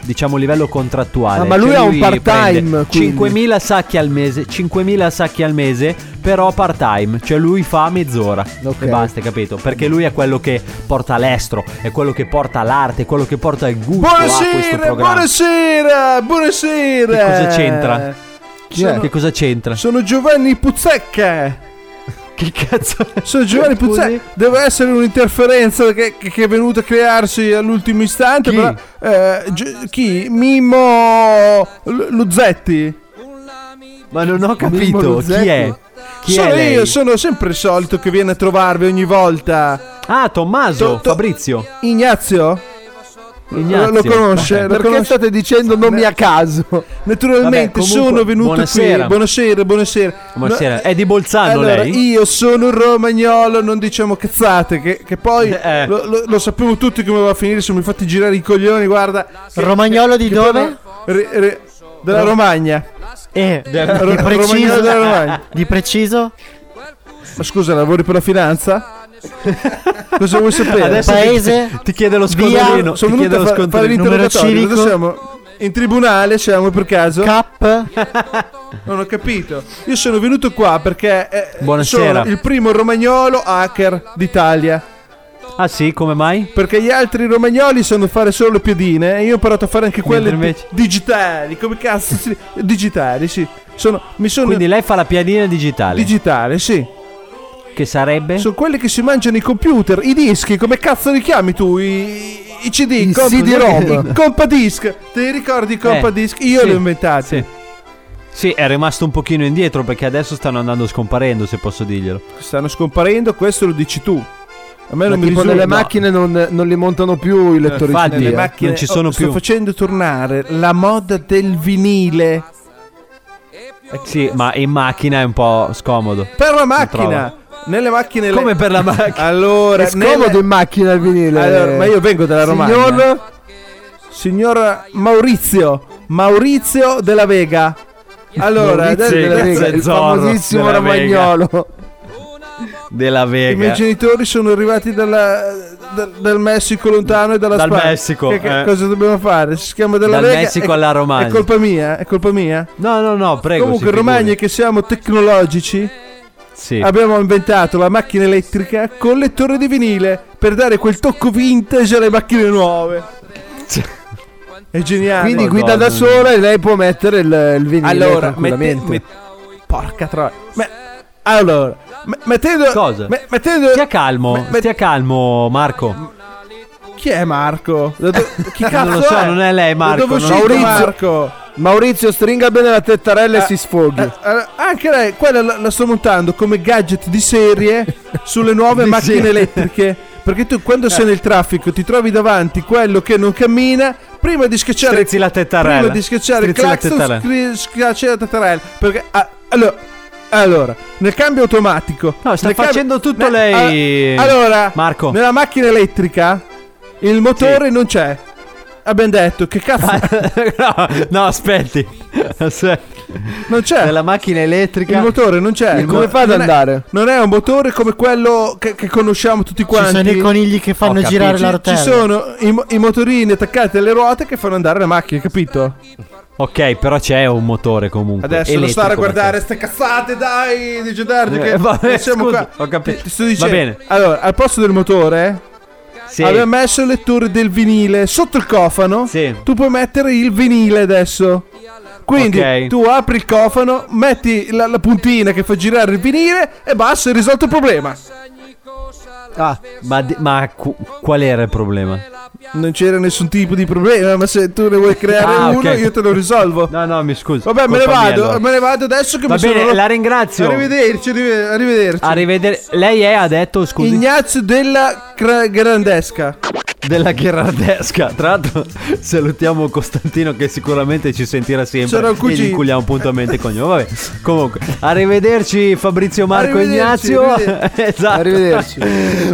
S9: diciamo livello contrattuale.
S10: Ah, ma lui
S9: Cioè,
S10: ha un part-time,
S9: prende
S10: quindi.
S9: 5.000 sacchi al mese, 5.000 sacchi al mese, però part-time, cioè lui fa mezz'ora e basta, capito? Perché lui è quello che porta l'estro, è quello che porta l'arte, è quello che porta il gusto a questo
S8: Buonasera,
S9: programma.
S8: buonasera, buonasera.
S9: Che cosa c'entra?
S8: Chi è?
S9: Che cosa c'entra?
S8: Sono Giovanni Puzzecca.
S9: Che cazzo?
S8: Sono Giovanni
S9: Scusi?
S8: Puzzecca. Deve essere un'interferenza che, che- che è venuta a crearsi all'ultimo istante. Chi? chi? chi? Mimo L- Luzzetti.
S9: Ma non ho
S8: Mimmo
S9: capito chi
S8: Luzzetti?
S9: è? Chi
S8: sono
S9: è lei?
S8: io, sono sempre il solito che viene a trovarvi ogni volta.
S9: Ah, Tommaso, Fabrizio.
S8: Ignazio?
S9: Ignazio.
S8: Lo conosce?
S9: Ok.
S8: Lo
S10: Perché
S8: conosce?
S10: state dicendo nomi a caso?
S8: Naturalmente
S9: Vabbè, comunque,
S8: sono venuto
S9: buonasera.
S8: qui. Buonasera, buonasera.
S9: Buonasera.
S8: No,
S9: È di Bolzano
S8: allora,
S9: lei?
S8: Io sono un romagnolo, non diciamo cazzate, che, che poi
S9: Eh.
S8: lo, lo- lo sappiamo tutti come va a finire, sono mi fatti girare i coglioni, guarda. Che-
S11: Romagnolo di
S8: che
S11: dove?
S8: poi- re- re- della
S11: Ro-
S8: Romagna.
S11: Eh,
S8: Ro-
S11: di preciso,
S8: Romagnolo della Romagna.
S11: di preciso
S8: Ma scusa, lavori per la
S11: (laughs)
S8: finanza? Cosa vuoi sapere?
S11: Adesso ti- Paese?
S9: ti chiede lo
S11: scontrino,
S8: Sono
S11: ti
S8: venuto
S11: chiede
S8: a
S11: lo
S8: fa- fare
S11: scontrino. Numero
S8: l'interrogatorio. Cosa
S11: civico?
S8: siamo? In tribunale siamo per caso?
S11: Cap?
S8: (laughs) Non ho capito. Io sono venuto qua perché eh,
S9: Buonasera.
S8: sono il primo romagnolo hacker d'Italia.
S9: Ah sì, come mai?
S8: Perché gli altri romagnoli sanno fare solo piedine e io ho imparato a fare anche quelle
S9: Mentre invece-
S8: di- digitali. Come cazzo? si- digitali, sì. Sono, mi sono
S9: Quindi lei fa la piadina digitale.
S8: digitale, sì.
S9: che sarebbe?
S8: Sono quelli che si mangiano i computer, i dischi, come cazzo li chiami tu? I, i CD, i comp-
S10: CD-ROM.
S8: i (laughs) compadisc. Te li ricordi i compadisc? Io
S9: Eh, sì,
S8: li ho inventati.
S9: Sì, è rimasto un pochino indietro perché adesso stanno andando scomparendo, se posso dirglielo.
S8: Stanno scomparendo, questo lo dici tu. A me
S10: Ma
S8: non mi
S10: tipo
S8: risulta.
S10: nelle
S8: No.
S10: macchine non, non li montano più i lettori
S9: Infatti,
S10: CD.
S9: le
S10: eh.
S9: macchine- non ci sono
S8: Oh, sto
S9: più.
S8: facendo tornare la moda del vinile.
S9: Eh, Sì, ma in macchina è un po' scomodo.
S8: Per la
S9: Mi
S8: macchina.
S9: trovo.
S8: Nelle macchine.
S9: Come per la macchina?
S8: Allora,
S10: È scomodo
S8: nelle-
S10: in macchina il vinile.
S8: Allora, ma io vengo dalla Romagna.
S10: Signor-
S8: Signor Maurizio. Maurizio della Vega. Allora,
S10: Maurizio
S8: del-
S10: della
S8: del-
S10: Vega, il famosissimo
S9: della Vega.
S10: romagnolo.
S9: Della
S8: I
S9: Vega.
S8: miei genitori sono arrivati dalla- da- dal Messico lontano e dalla
S9: Dal
S8: Spagna.
S9: Messico,
S8: Che- che
S9: eh.
S8: cosa dobbiamo fare? Si chiama della
S9: Dal
S8: Vega.
S9: Messico
S8: è-
S9: alla Romagna.
S8: È colpa mia? È colpa mia?
S9: No, no, no, prego.
S8: Comunque,
S9: si
S8: Romagna,
S9: figuri.
S8: che siamo tecnologici,
S9: Sì.
S8: abbiamo inventato la macchina elettrica con lettore di vinile per dare quel tocco vintage alle macchine nuove. È geniale.
S10: Quindi guida da sola e lei può mettere il, il vinile
S8: Allora,
S10: tranquillamente.
S8: mette- met- porca troia. Ma- allora, me- mettendo.
S9: Cosa?
S8: me- mettendo.
S9: Stia calmo, stia calmo, Marco. (laughs)
S8: Chi è Marco? Da do- chi cazzo
S9: Non lo so,
S8: è?
S9: non è lei, Marco,
S8: Da dove è
S9: non-
S8: uscito
S10: Maurizio.
S8: Marco?
S10: Maurizio, stringa bene la tettarella e si sfoghi.
S8: Eh, eh, anche lei, quella la, la sto montando come gadget
S10: (laughs)
S8: di serie sulle nuove
S10: Di
S8: macchine
S10: serie.
S8: elettriche. Perché tu quando sei nel traffico ti trovi davanti quello che non cammina, prima di schiacciare
S9: Strizzi la tettarella.
S8: Prima di schiacciare il
S9: Strizzi la
S8: clacson,
S9: tettarella.
S8: scri- schiacci la tettarella. Perché ah, allora, allora, nel cambio automatico.
S9: No, sta
S8: nel cambio-
S9: facendo tutto
S8: ne-
S9: lei,
S8: ah, allora,
S9: Marco.
S8: nella macchina elettrica il motore non c'è. Abbiamo detto che cazzo
S9: (laughs) no, no,
S8: (laughs)
S9: aspetti. Aspetti.
S8: non c'è.
S9: Nella macchina elettrica.
S8: Il motore non c'è.
S10: Come
S8: mo-
S10: fa ad
S8: non è-
S10: andare?
S8: non è un motore come quello che, che conosciamo tutti
S11: ci
S8: quanti.
S11: sono i conigli che fanno
S9: capito.
S11: girare la
S8: Ci- ci
S11: rotella.
S8: sono i, mo- i motorini attaccati alle ruote che fanno andare la macchina, capito?
S9: Ok, però c'è un motore comunque.
S8: Adesso non
S9: elettrico,
S8: stare a guardare
S9: perché-
S8: ste cazzate, dai, dice Darge che
S9: Eh, vabbè,
S8: non siamo
S9: scusa,
S8: qua.
S9: ho capito.
S8: Ti sto dicendo.
S9: Va bene.
S8: Allora, al posto del motore
S9: Sì.
S8: abbiamo messo il lettore del vinile sotto il cofano.
S9: Sì.
S8: Tu puoi mettere il vinile adesso. Quindi
S9: Ok.
S8: tu apri il cofano, metti la, la puntina che fa girare il vinile e basta, è risolto il problema.
S9: Ah, ma, di- ma cu- qual era il problema?
S10: Non c'era nessun tipo di problema, ma se tu ne vuoi creare
S9: Ah, ok.
S10: uno, io te lo risolvo.
S9: No, no, mi scusi.
S10: Vabbè, me ne
S9: Colpa mia,
S10: vado,
S9: allora.
S10: me ne vado adesso che
S9: Va
S10: mi
S9: bene,
S10: sono...
S9: la ringrazio.
S10: Arrivederci, arrive- arrivederci.
S9: Arrivederci. Lei è, ha detto, scusi.
S10: Ignazio della Cra- Grandesca.
S9: della Gherardesca. Tra l'altro, (laughs) salutiamo Costantino che sicuramente ci sentirà sempre.
S10: Sarà il
S9: e
S10: cugino.
S9: gli inculiamo puntualmente con Vabbè, comunque, arrivederci Fabrizio Marco e
S10: Arrivederci,
S9: Ignazio.
S10: arrivederci.
S9: (laughs) esatto.
S10: Arrivederci.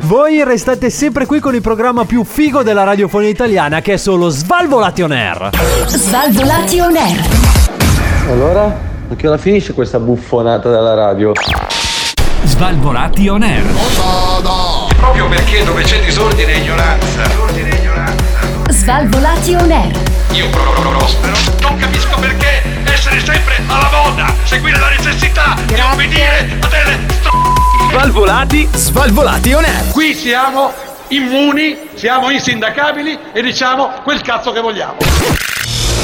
S9: Voi restate sempre qui con il programma più figo della radiofonia italiana che è solo Svalvolation Air.
S6: Svalvolati on air.
S13: Allora, a che ora finisce questa buffonata della radio?
S7: Svalvolati on air.
S13: Proprio perché dove c'è disordine e ignoranza,
S6: Svalvolati on air.
S13: io prospero. Non capisco perché essere sempre alla moda, seguire la necessità di obbedire a delle
S7: Svalvolati, svalvolati on air.
S13: Qui siamo immuni, siamo insindacabili e diciamo quel cazzo che vogliamo.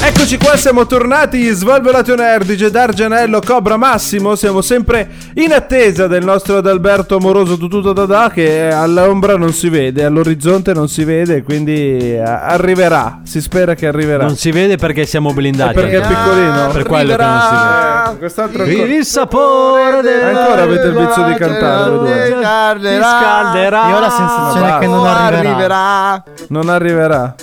S8: Eccoci qua, siamo tornati, Svalvolato Nerd, DJ Dargianello, Cobra Massimo, siamo sempre in attesa del nostro Adalberto Amoroso Tututo Dada che all'ombra non si vede, all'orizzonte non si vede, quindi eh, arriverà, si spera che arriverà.
S9: Non si vede perché siamo blindati. Ah,
S8: Perché è piccolino.
S9: Per quello che non si vede.
S8: Quest'altro
S9: Il,
S8: ancora.
S9: sapore della
S8: Ancora avete il vizio di cantarlo.
S10: eh,
S8: due.
S9: Ti scalderà.
S11: Io ho la sensazione
S8: Va.
S11: che non arriverà.
S8: Non arriverà.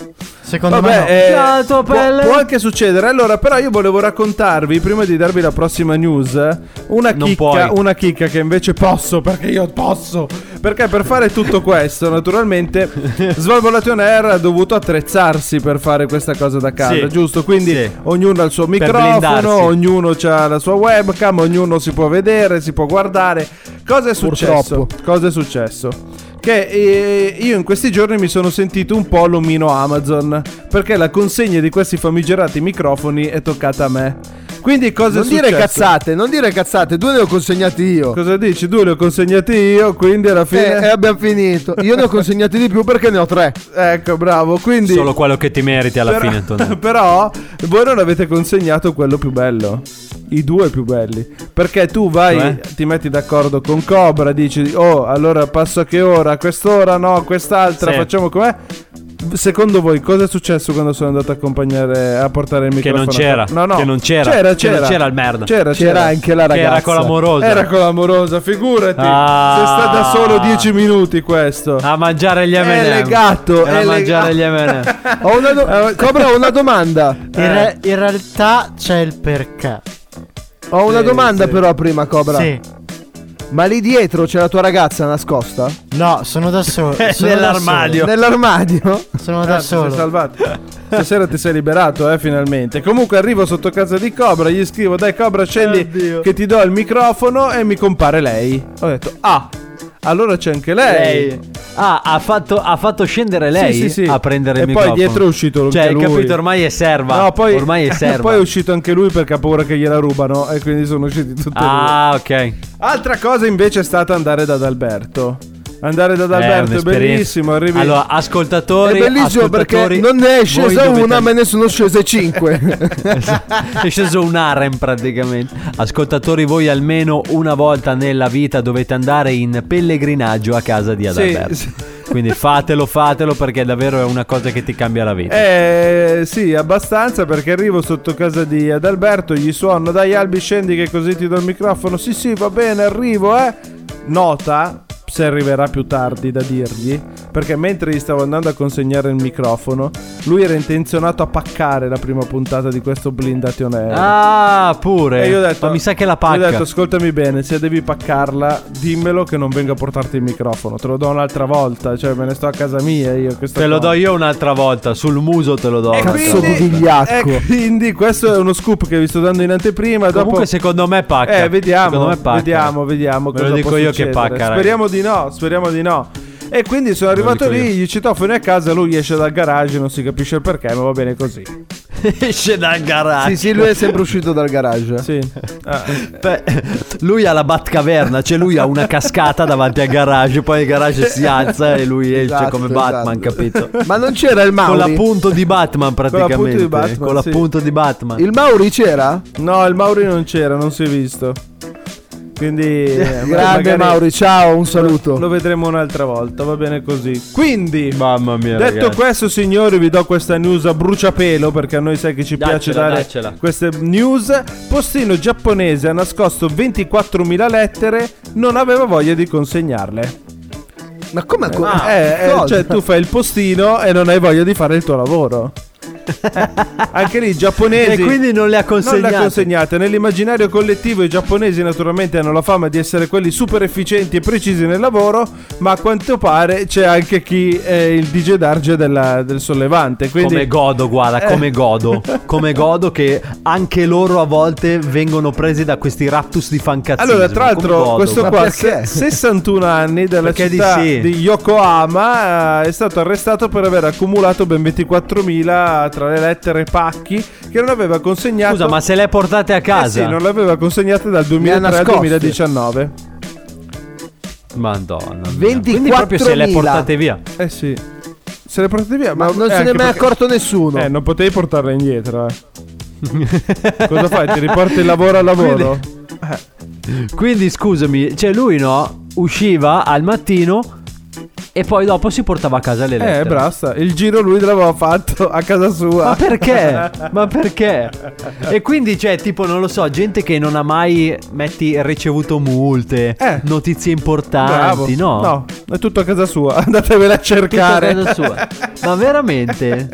S11: Secondo
S8: Vabbè,
S11: me no.
S8: eh,
S9: La tua
S8: può-
S9: pelle.
S8: Può, anche succedere. Allora, però, io volevo raccontarvi prima di darvi la prossima news. eh, Una
S9: Non
S8: chicca,
S9: puoi.
S8: una chicca che invece posso, perché io posso. Perché per fare tutto questo,
S9: (laughs)
S8: naturalmente, Svalvolation Air ha dovuto attrezzarsi per fare questa cosa da casa,
S9: Sì.
S8: giusto? Quindi
S9: Sì.
S8: ognuno ha il suo
S9: blindarsi.
S8: microfono, ognuno ha la sua webcam, ognuno si può vedere, si può guardare. Cosa è successo? Cosa è successo? Che eh, io in questi giorni mi sono sentito un po' l'omino Amazon perché la consegna di questi famigerati microfoni è toccata a me. Quindi cosa
S10: Non
S8: è
S10: dire
S8: successo?
S10: cazzate, non dire cazzate, due ne ho consegnati io.
S8: Cosa dici? Due li ho consegnati io, quindi alla
S10: Eh,
S8: fine
S10: e abbiamo finito. Io ne ho consegnati di più perché ne ho tre.
S8: Ecco, bravo. Quindi
S9: Solo quello che ti meriti alla fine, Antonio.
S8: (laughs) Però voi non avete consegnato quello più bello. I due più belli. Perché tu vai,
S9: Cioè?
S8: ti metti d'accordo con Cobra, dici, oh, allora passo a che ora? Quest'ora no, quest'altra,
S9: Sì.
S8: facciamo com'è? Secondo voi cosa è successo quando sono andato a accompagnare a portare il
S9: Che
S8: microfono?
S9: non c'era,
S8: a- No, no.
S9: che non c'era,
S8: C'era,
S9: che non c'era il merda.
S8: C'era,
S10: C'era anche la
S9: Che era
S10: ragazza.
S9: con l'amorosa.
S8: Era con l'amorosa, figurati.
S9: Ah.
S8: Sei stata solo 10 minuti questo.
S9: A mangiare gli M&M.
S8: legato,
S9: Era
S8: è
S9: a mangiare gli M&M.
S8: (laughs)
S10: Ho una do-
S8: eh,
S10: Cobra, ho una domanda.
S11: In, re- in realtà c'è il perché.
S10: Ho una
S8: Sì,
S10: domanda
S8: sì.
S10: però prima, Cobra.
S11: Sì.
S10: Ma lì dietro c'è la tua ragazza nascosta?
S11: No, sono da
S8: (laughs)
S11: solo. sono da
S9: Nell'armadio.
S10: Nell'armadio?
S11: solo, Sono da
S8: Ah, ti sei
S11: solo.
S8: salvato. (laughs) Stasera ti sei liberato, eh, finalmente. Comunque arrivo sotto casa di Cobra, gli scrivo, dai Cobra, scendi
S9: Oddio.
S8: che ti do il microfono e mi compare lei. Ho detto, ah, allora c'è anche lei.
S9: Lei. Ah, ha fatto, ha fatto scendere lei
S8: Sì, sì, sì.
S9: a prendere
S8: E
S9: il
S8: poi
S9: microfono.
S8: dietro è uscito
S9: Cioè,
S8: anche
S9: hai
S8: lui.
S9: capito, ormai è serva.
S8: No, (laughs) poi,
S9: ormai è serva.
S8: poi è uscito anche lui perché ha paura che gliela rubano e quindi sono usciti tutti e due.
S9: Ah, ok.
S8: Altra cosa invece è stata andare da Alberto. Andare da
S9: Eh,
S8: Alberto è,
S9: un'esperienza.
S8: bellissimo, arrivi
S9: Allora, ascoltatori,
S10: È bellissimo perché
S9: ascoltatori,
S10: non ne è
S9: voi
S10: scesa
S9: dovete-
S10: una, ma ne sono scese cinque.
S9: (laughs) è sceso un harem praticamente. Ascoltatori, voi almeno una volta nella vita dovete andare in pellegrinaggio a casa di Adalberto.
S8: sì.
S9: Quindi fatelo, fatelo perché davvero è una cosa che ti cambia la vita.
S8: Eh sì, abbastanza perché arrivo sotto casa di Adalberto, gli suono, dai Albi scendi che così ti do il microfono, sì sì va bene arrivo eh. Nota, se arriverà più tardi da dirgli, perché mentre gli stavo andando a consegnare il microfono, lui era intenzionato a paccare la prima puntata di questo blindation air.
S9: Ah, pure.
S8: E io ho detto,
S9: Ma mi sa che la
S8: Gli ho
S9: pacca.
S8: detto, ascoltami bene, se devi paccarla, dimmelo che non vengo a portarti il microfono. Te lo do un'altra volta, cioè me ne sto a casa mia io. questa
S9: Te lo
S8: cosa.
S9: do io un'altra volta, sul muso te lo do.
S8: E
S9: un'altra
S8: quindi-
S9: volta.
S10: Sodovigliacco.
S8: e quindi questo è uno scoop che vi sto dando in anteprima. dopo-
S9: Comunque secondo me pacca.
S8: eh, vediamo,
S9: Secondo me pacca.
S8: vediamo, vediamo.
S9: Ve lo
S8: cosa
S9: dico
S8: può
S9: io che
S8: succedere.
S9: pacca, raga.
S8: Speriamo di no, speriamo di no. E quindi sono
S9: lo
S8: arrivato
S9: dico
S8: lì, gli citofoni a casa, lui esce dal garage, non si capisce il perché, ma va bene così.
S9: (laughs) Esce dal garage.
S10: sì, sì, lui è sempre uscito dal garage.
S8: Sì. Ah.
S9: Beh, (laughs) lui ha la Batcaverna, cioè lui ha una cascata davanti al garage, poi il garage si alza e lui esce
S10: Esatto,
S9: come
S10: esatto.
S9: Batman,
S8: (laughs)
S9: capito?
S10: Ma non c'era il
S9: Con
S10: Mauri?
S9: l'appunto di Batman praticamente.
S8: l'appunto di Batman,
S9: Con
S8: sì.
S9: l'appunto di Batman.
S10: Il Mauri c'era?
S8: No, il Mauri non c'era, non si è visto. Quindi eh,
S10: Grande
S8: magari
S10: Mauri, ciao, un saluto.
S8: Lo, lo vedremo un'altra volta, va bene così. Quindi,
S9: mamma mia,
S8: detto
S9: ragazzi.
S8: questo, signori, vi do questa news a bruciapelo perché a noi sai che ci
S9: Daccela,
S8: piace dare
S9: daccela.
S8: queste news. Postino giapponese ha nascosto 24.000 lettere, non aveva voglia di consegnarle.
S10: Ma come? co-
S8: Eh, eh,
S10: cosa?
S8: cioè, tu fai il postino e non hai voglia di fare il tuo lavoro. Anche lì i giapponesi
S9: E quindi non le ha
S8: non le
S9: consegnate.
S8: ha consegnate. Nell'immaginario collettivo i giapponesi naturalmente hanno la fama di essere quelli super efficienti e precisi nel lavoro, ma a quanto pare c'è anche chi è il DJ Darge della- del sollevante. Quindi
S9: Come godo, guarda,
S8: Eh.
S9: come
S8: (laughs)
S9: godo. Come godo che anche loro a volte vengono presi da questi raptus di fancazzismo.
S8: Allora, tra l'altro,
S9: Come godo,
S8: questo
S9: guarda.
S8: qua, se- 61 anni, della
S9: Perché di
S8: città
S9: sì.
S8: di, Yokohama, eh, è stato arrestato per aver accumulato ben 24.000 tra le lettere e pacchi che non aveva consegnato.
S9: Scusa, ma se le portate a
S8: Eh
S9: casa?
S8: sì, non le aveva consegnate dal
S10: Le ha
S8: 2003 al
S10: nascoste.
S8: 2019.
S9: Madonna. mia. Quindi proprio se le
S10: 24.000.
S9: portate via.
S8: Eh sì. Se le portate via, ma,
S10: Ma non
S8: eh,
S10: se ne è
S8: anche
S10: mai
S8: perché-
S10: accorto nessuno.
S8: Eh, non potevi portarle indietro. eh. Cosa fai? Ti riporti il lavoro al lavoro?
S9: Quindi scusami, cioè lui no, usciva al mattino e poi dopo si portava a casa le lettere.
S8: Eh, basta. Il giro lui l'aveva fatto a casa sua.
S9: Ma perché? Ma perché? E quindi c'è tipo, non lo so, gente che non ha mai, metti, ricevuto multe,
S8: Eh.
S9: notizie
S8: (laughs) Bravo.
S9: importanti, no?
S8: No, è tutto a casa sua. (laughs) Andatevela a
S9: Tutto a
S8: cercare.
S9: casa sua. Ma veramente?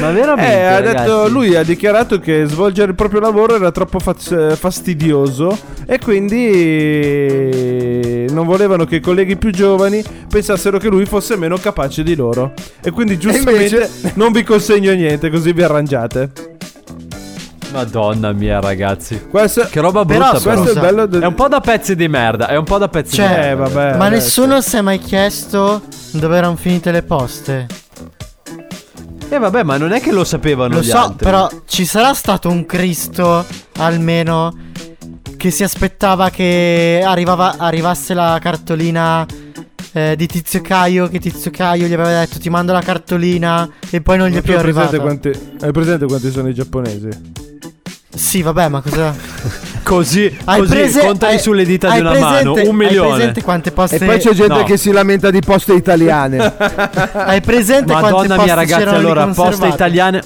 S9: Ma veramente?
S8: Eh, ha detto,
S9: ragazzi?
S8: lui ha dichiarato che svolgere il proprio lavoro era troppo faz- fastidioso e quindi non volevano che i colleghi più giovani pensassero che lui fosse meno capace di loro. E quindi giustamente
S10: invece-
S8: non vi consegno niente, così vi arrangiate.
S9: Madonna mia, ragazzi.
S8: Questo,
S9: Che roba
S11: Però,
S9: brutta però.
S8: questo è il
S11: scusa,
S8: bello del...
S9: È un po' da pezzi di merda, è un po' da pezzi di
S11: Cioè,
S9: merda.
S8: Eh, vabbè.
S11: ma
S8: adesso.
S11: nessuno si è mai chiesto dove erano finite le poste.
S9: Eh vabbè, ma non è che lo sapevano
S11: Lo
S9: gli
S11: so,
S9: altri.
S11: però ci sarà stato un Cristo almeno che si aspettava che arrivava- arrivasse la cartolina eh, di Tizio Caio, che Tizio Caio gli aveva detto ti mando la cartolina e poi non gli è
S8: Non
S11: più
S8: tu hai presente
S11: arrivata.
S8: quanti- hai presente quanti sono i giapponesi?
S11: Sì, vabbè, ma
S9: (laughs)
S11: cosa...
S9: Così,
S11: Hai
S9: così
S11: prese-
S9: contali
S11: hai-
S9: sulle dita
S11: hai
S9: di una
S11: presente-
S9: mano, un
S11: Hai
S9: milione.
S11: presente quante poste...
S10: E poi c'è gente
S9: No.
S10: che si lamenta di poste
S8: (laughs)
S10: italiane.
S8: Ecco.
S11: Hai presente quante
S9: Madonna
S11: poste
S9: mia ragazzi,
S11: c'erano lì
S9: allora poste
S11: conservate?
S9: italiane.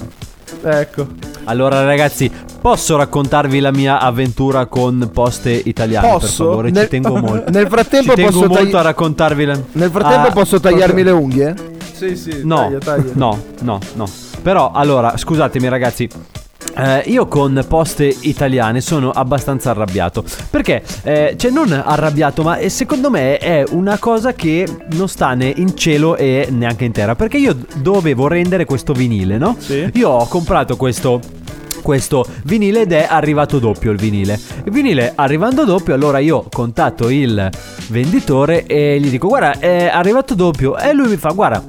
S8: Ecco.
S9: Allora ragazzi, posso raccontarvi la mia avventura con poste italiane?
S10: Posso?
S9: Per favore,
S10: Nel-
S9: ci tengo
S10: (laughs)
S9: molto.
S10: nel frattempo
S9: ci tengo
S10: posso
S9: molto
S10: tagli-
S9: a raccontarvi la...
S10: Nel frattempo
S9: Ah,
S10: posso tagliarmi le unghie?
S8: Sì, sì,
S9: No,
S8: taglia, taglia.
S9: no, no, no. Però allora, scusatemi ragazzi. eh, io con poste italiane sono abbastanza arrabbiato. Perché, eh, cioè, non arrabbiato, ma eh, secondo me è una cosa che non sta né in cielo e neanche in terra. Perché io dovevo rendere questo vinile, no?
S8: Sì.
S9: Io ho comprato questo questo vinile ed è arrivato doppio il vinile. Il vinile arrivando doppio, allora io contatto il venditore e gli dico guarda è arrivato doppio e lui mi fa guarda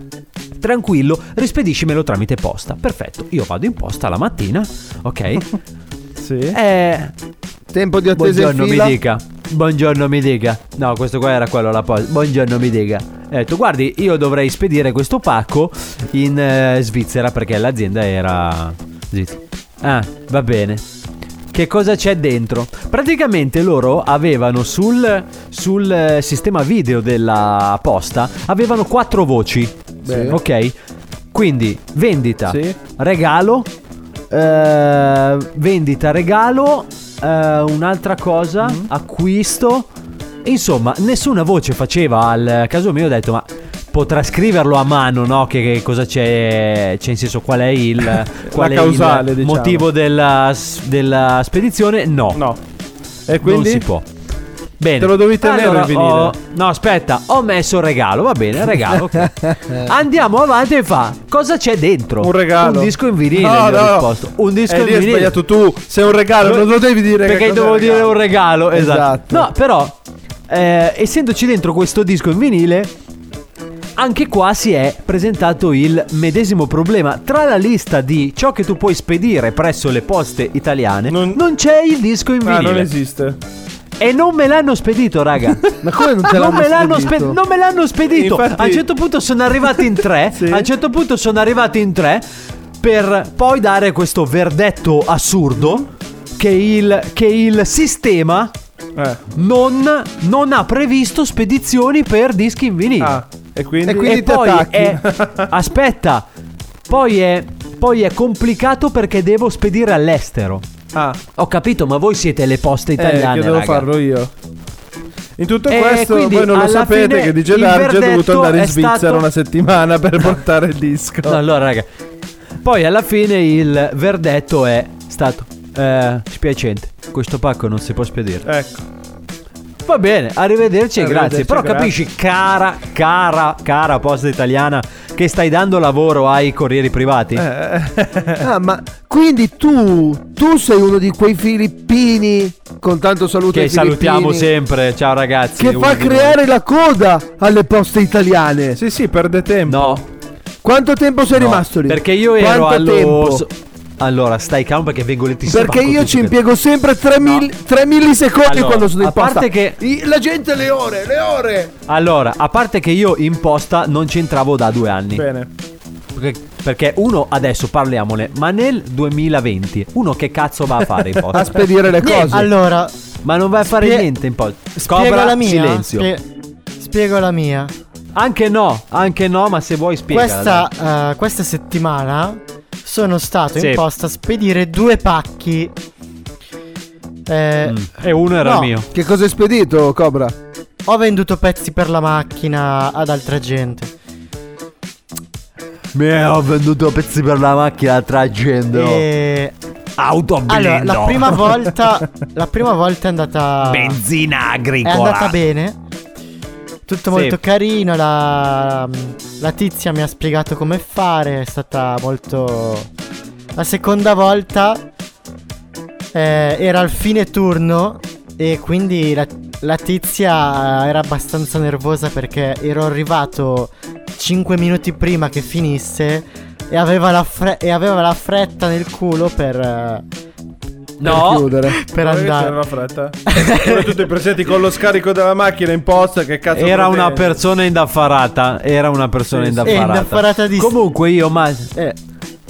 S9: tranquillo rispediscimelo tramite posta. Perfetto, io vado in posta la mattina, ok?
S8: Sì.
S9: Eh,
S10: Tempo di attesa
S9: buongiorno
S10: in
S9: mi
S10: fila.
S9: dica, buongiorno mi dica. No, questo qua era quello la posta, buongiorno mi dica. Ha detto guardi io dovrei spedire questo pacco in eh, Svizzera perché l'azienda era svizzera. Ah, va bene. Che cosa c'è dentro? Praticamente loro avevano sul, sul eh, sistema video della posta avevano quattro voci.
S8: Bene.
S9: Ok? Quindi vendita,
S8: Sì.
S9: regalo, eh, vendita, regalo, eh, un'altra cosa,
S8: Mm.
S9: acquisto. Insomma, nessuna voce faceva al caso mio, ho detto ma potrà scriverlo a mano, no? Che, che cosa c'è, c'è in senso qual è
S8: (laughs)
S9: il, qual è
S8: causale,
S9: il
S8: diciamo.
S9: motivo della, della spedizione? No.
S8: No. E quindi...
S9: Non si può. Bene.
S8: Te lo dovevi tenere
S9: allora,
S8: il vinile.
S9: ho- No, aspetta, ho messo il regalo, va bene, regalo. ok.
S8: (laughs)
S9: Andiamo avanti e fa. Cosa c'è dentro?
S8: Un regalo.
S9: Un disco in vinile,
S8: No,
S9: gli ho
S8: no, no.
S9: risposto. Un disco
S8: Eh,
S9: in
S8: lì hai
S9: vinile.
S8: sbagliato tu. Sei un regalo, non lo devi dire.
S9: Perché devo dire un regalo, esatto.
S10: Esatto.
S9: No, però eh, essendoci dentro questo disco in vinile anche qua si è presentato il medesimo problema. Tra la lista di ciò che tu puoi spedire presso le poste italiane
S8: Non-
S9: non, c'è il disco in vinile.
S8: Ah, non esiste.
S9: E non me l'hanno spedito, raga.
S10: (laughs) Ma come non te
S9: Non
S10: l'hanno
S9: me, l'hanno spe-
S10: spedito?
S9: non me l'hanno spedito.
S8: Infatti-
S9: A un certo punto sono arrivati
S10: (laughs)
S9: in tre.
S8: Sì.
S9: A un certo punto sono arrivati in tre. Per poi dare questo verdetto assurdo. Che il, che il sistema non, non ha previsto spedizioni per dischi in vinile.
S8: Ah, e quindi,
S10: E Ah, quindi ti
S9: poi
S10: attacchi.
S9: (laughs) è- aspetta, poi è, poi è complicato perché devo spedire all'estero. Ho capito, ma voi siete le poste italiane.
S8: eh, Ah, che devo
S9: raga.
S8: farlo io. In tutto
S9: E
S8: questo,
S9: quindi,
S8: voi non lo
S9: alla
S8: sapete
S9: fine,
S8: che DJ
S9: il
S8: Darge è dovuto
S9: verdetto
S8: andare in
S9: è
S8: Svizzera
S9: stato-
S8: una
S9: (laughs)
S8: settimana per portare il disco.
S10: Oh.
S9: No, allora, raga. Poi alla fine il verdetto è stato eh, spiacente. Questo pacco non si può spedire.
S8: Ecco.
S9: Va bene, arrivederci e grazie.
S8: Arrivederci,
S9: Però
S8: grazie.
S9: capisci, cara, cara, cara posta italiana, che stai dando lavoro ai corrieri
S10: Eh,
S9: privati? Eh.
S10: (laughs) Ah, ma quindi tu, tu sei uno di quei filippini con tanto saluto
S9: che
S10: ai
S9: salutiamo
S10: filippini,
S9: sempre. Ciao ragazzi.
S10: che
S9: uno
S10: fa
S9: di noi.
S10: creare la coda alle poste italiane.
S8: Sì, sì, perde tempo.
S9: No,
S10: Quanto tempo sei
S9: no,
S10: rimasto lì?
S9: Perché io ero
S10: Quanto
S9: allo...
S10: tempo?
S9: Allora, stai calmo perché vengo lì ti
S10: Perché
S9: spacco
S10: io
S9: tutto
S10: ci
S9: per-
S10: impiego sempre 3, millisecondi
S9: Allora,
S10: quando sono in
S9: a
S10: posta.
S9: parte che-
S10: I- La gente le ore, le ore.
S9: Allora, a parte che io in posta non c'entravo da due anni.
S8: Bene.
S9: Perché- Perché uno, adesso parliamone, ma nel 2020, uno che cazzo va a fare
S11: (laughs)
S9: in posta?
S10: A spedire le
S9: Niente.
S10: cose.
S11: Allora,
S9: Ma non vai a fare
S11: Spie-
S9: niente in posta.
S11: spiego
S9: Cobra,
S11: la mia. eh.
S9: silenzio.
S11: spie- spiego la mia.
S9: Anche no, anche no, ma se vuoi spiegala.
S11: Questa,
S9: dai.
S11: eh, questa settimana sono stato
S9: Sì.
S11: in posta a spedire due pacchi. Eh,
S9: E uno era
S11: no,
S9: mio.
S10: Che cosa hai spedito, Cobra?
S11: Ho venduto pezzi per la macchina ad altra gente.
S9: Me ho venduto pezzi per la macchina tra gente.
S11: E...
S9: Auto
S11: Eh, Allora, la
S9: (laughs)
S11: prima volta, la prima volta è andata.
S9: Benzina
S11: È
S9: agricola.
S11: andata bene. Tutto
S9: Sì.
S11: molto carino. La, la tizia mi ha spiegato come fare. È stata molto. La seconda volta eh, era al fine turno. E quindi la, la tizia eh, era abbastanza nervosa perché ero arrivato 5 minuti prima che finisse. E aveva la, fre- e aveva la fretta nel culo per. eh,
S10: Per
S9: No.
S10: chiudere.
S11: per
S8: Guarda che
S11: andare.
S8: C'era la fretta. Pure tutti presenti con lo scarico della macchina in posta. Che cazzo
S9: Era una
S8: pretende?
S9: persona indaffarata. Era una persona
S8: Sì, sì.
S9: indaffarata.
S11: Eh, indaffarata di-
S9: Comunque io, ma...
S11: Eh.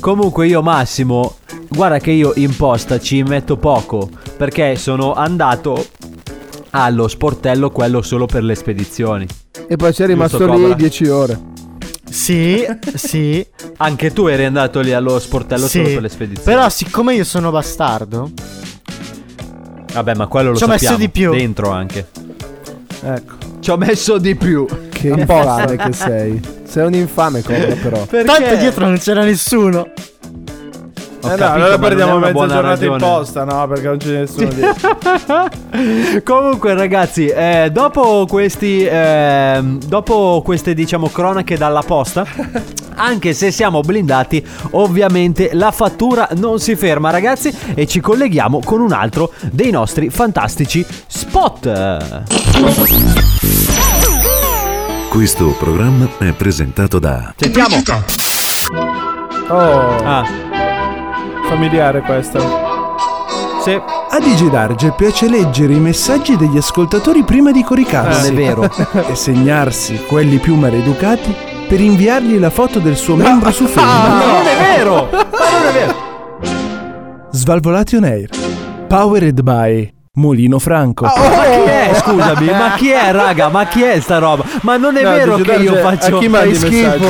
S9: Comunque io Massimo, guarda che io in posta ci metto poco perché sono andato allo sportello quello solo per le spedizioni.
S10: E poi sei rimasto
S9: Giusto,
S10: lì
S9: Cobra?
S10: 10 ore.
S9: (laughs)
S11: Sì, sì.
S9: Anche tu eri andato lì allo sportello
S11: Sì,
S9: solo per le spedizioni.
S11: Però, siccome io sono bastardo,
S9: Vabbè, ma quello lo
S11: Ci ho
S9: sappiamo.
S11: messo di più.
S9: Dentro anche.
S8: Ecco.
S9: Ci ho messo di più.
S10: Che infame che sei. Sei un infame, Cobra, però.
S8: Eh,
S11: tanto dietro non c'era nessuno.
S9: Ho
S8: Eh no,
S9: capito,
S8: allora
S9: ma non è
S8: perdiamo
S9: una
S8: mezza
S9: buona
S8: giornata in
S9: ragione.
S8: posta, no? Perché non c'è nessuno
S9: (laughs)
S8: dietro.
S9: Comunque, ragazzi, eh, dopo questi. ehm, dopo queste, diciamo, cronache dalla posta. Anche se siamo blindati, ovviamente la fattura non si ferma, ragazzi. E ci colleghiamo con un altro dei nostri fantastici spot.
S14: Questo programma è presentato da
S9: Sentiamo.
S8: Oh,
S9: Ah,
S8: familiare questa.
S9: sì.
S15: A Digidarge piace leggere i messaggi degli ascoltatori prima di
S8: Ah,
S15: coricarsi.
S9: Non è
S8: (laughs)
S9: vero.
S15: e segnarsi quelli più maleducati per inviargli la foto del suo membro su
S9: Ma
S15: Facebook.
S9: non è vero! Ma non è vero!
S15: Svalvolati on air. Powered by Molino Franco.
S9: Ma chi è? Scusami, ma chi è, raga? Ma chi è sta roba? Ma non è
S8: No,
S9: vero
S8: dici,
S9: che io
S8: Darge,
S9: faccio.
S8: a chi mandi
S9: Fai
S8: messaggi?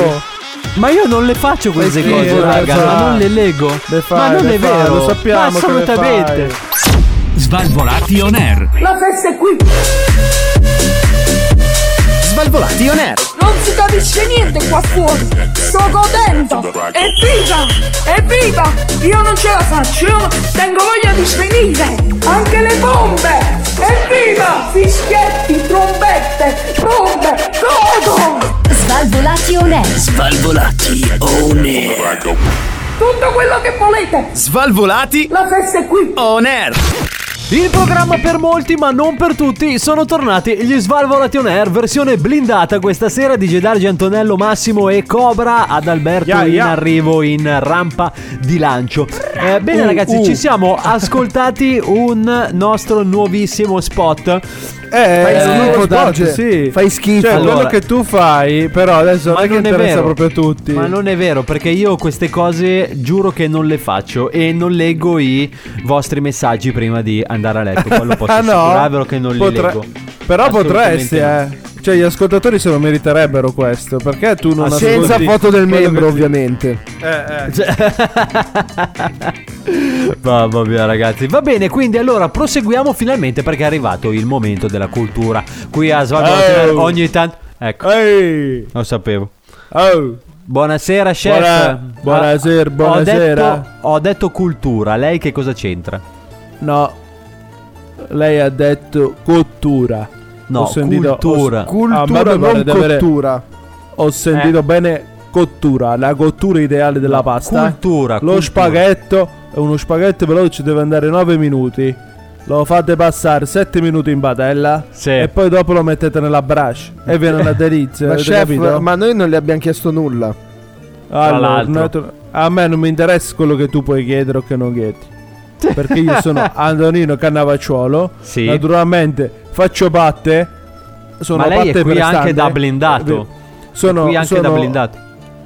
S9: Ma io non le faccio queste
S8: Fai
S9: cose,
S8: schifo,
S9: raga.
S8: lo so.
S9: Ma non le leggo.
S8: esatto. Le fai,
S9: ma non
S8: le
S9: è
S8: fai,
S9: vero.
S8: lo sappiamo
S9: Ma
S8: che le
S9: assolutamente. Svalvolati on air.
S12: La festa è qui!
S9: Svalvolati on air.
S12: Non si capisce niente qua fuori! Sto godendo! Evviva! Evviva! Io non ce la faccio! Io tengo voglia di svenire! Anche le bombe! Evviva! Fischietti, trombette, bombe, godo!
S6: Svalvolati on air.
S2: Svalvolati on air.
S12: Tutto quello che volete!
S9: Svalvolati
S12: La festa è qui!
S9: on air. Il programma per molti ma non per tutti Sono tornati gli Svalvolati on Air Versione blindata questa sera di Gedarge Antonello Massimo e Cobra Ad Alberto
S8: Ya, ya.
S9: in arrivo in rampa di lancio Eh, Bene
S8: Uh,
S9: ragazzi
S8: uh.
S9: ci siamo ascoltati un nostro nuovissimo spot
S8: Fai
S10: eh,
S8: schifo,
S10: lo
S8: Dante,
S10: sbocce.
S8: sì.
S10: Fai schifo.
S8: Cioè, quello
S10: Allora.
S8: che tu fai, però adesso non è che interessa
S9: vero.
S8: proprio a tutti.
S9: Ma non è vero, perché io queste cose giuro che non le faccio e non leggo i vostri messaggi prima di andare a letto.
S8: (laughs)
S9: Quello posso
S8: Ah, no?
S9: assicurarvelo che non li
S8: Potre-
S9: leggo. (laughs)
S8: Però potresti,
S9: Assolutamente no.
S8: eh. Cioè, gli ascoltatori se lo meriterebbero questo. Perché tu
S11: Ah,
S8: non ascolti
S10: Senza foto del
S8: quello che
S10: membro,
S9: (laughs)
S8: ti-
S10: ovviamente.
S8: Eh, eh.
S9: Mamma mia ragazzi Va bene quindi allora proseguiamo finalmente Perché è arrivato il momento della cultura Qui a Svalbard
S8: Oh.
S9: Latino ogni tanto Ecco
S8: eh.
S9: Lo sapevo
S8: Oh.
S9: Buonasera chef
S8: Buona- buonasera,
S9: Ah,
S8: buonasera.
S9: ho detto, ho detto cultura Lei che cosa c'entra?
S8: No. Lei ha detto cottura.
S9: No,
S8: Ho ho-
S9: cultura.
S8: ah,
S9: Cultura,
S8: vabbè,
S9: non
S8: guarda, deve avere-
S10: cottura.
S8: Ho sentito
S9: Eh.
S8: bene cottura, la cottura ideale della pasta.
S9: cultura,
S8: Lo
S9: cultura.
S8: spaghetto è uno spaghetto veloce, deve andare 9 minuti. Lo fate passare 7 minuti in padella
S9: Sì.
S8: e poi dopo lo mettete nella brace e
S10: (laughs)
S8: viene una delizia,
S10: Ma
S8: avete
S10: chef,
S8: capito?
S10: ma noi non le abbiamo chiesto nulla.
S8: Allora,
S10: l'altro.
S8: natu- a me non mi interessa quello che tu puoi chiedere o che non chiedi. Perché io
S9: (laughs)
S8: sono Antonino Cannavacciuolo.
S9: Sì.
S8: Naturalmente faccio batte. Sono
S9: Ma lei è
S8: batte
S9: qui
S8: prestante.
S9: anche da blindato
S8: Sono,
S9: È qui anche da
S8: sono-
S9: blindato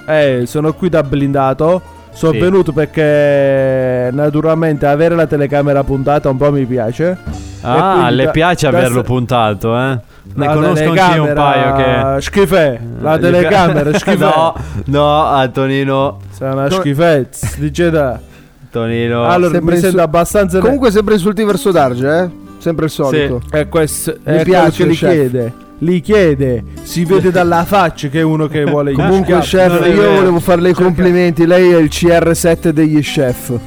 S8: Eh, sono qui da blindato. Sono
S9: Sì.
S8: venuto perché naturalmente avere la telecamera puntata un po' mi piace. E
S9: Ah
S8: quindi
S9: le
S8: da-
S9: piace
S8: da-
S9: averlo puntato eh Ne
S8: la
S9: conosco anch'io un
S8: telecamera-
S9: paio che Eh,
S8: Schifè,
S9: Gli
S8: la
S9: pi- (laughs)
S8: telecamera, schifè.
S9: no, no, Antonino.
S8: È una schifezza, dice te.
S9: Antonino.
S8: Allora,
S10: Sempre
S8: mi
S10: insu-
S8: sento abbastanza...
S10: Comunque, sempre insulti verso Darge, eh? Sempre il solito.
S8: È Eh, questo
S10: Mi
S8: è quello
S10: piace,
S8: che li
S10: chef.
S8: chiede. Li chiede,
S10: (laughs)
S8: si vede dalla faccia che è uno che vuole
S10: Comunque, chef, io volevo farle i complimenti. Lei è il CR7 degli chef.
S8: Cioè,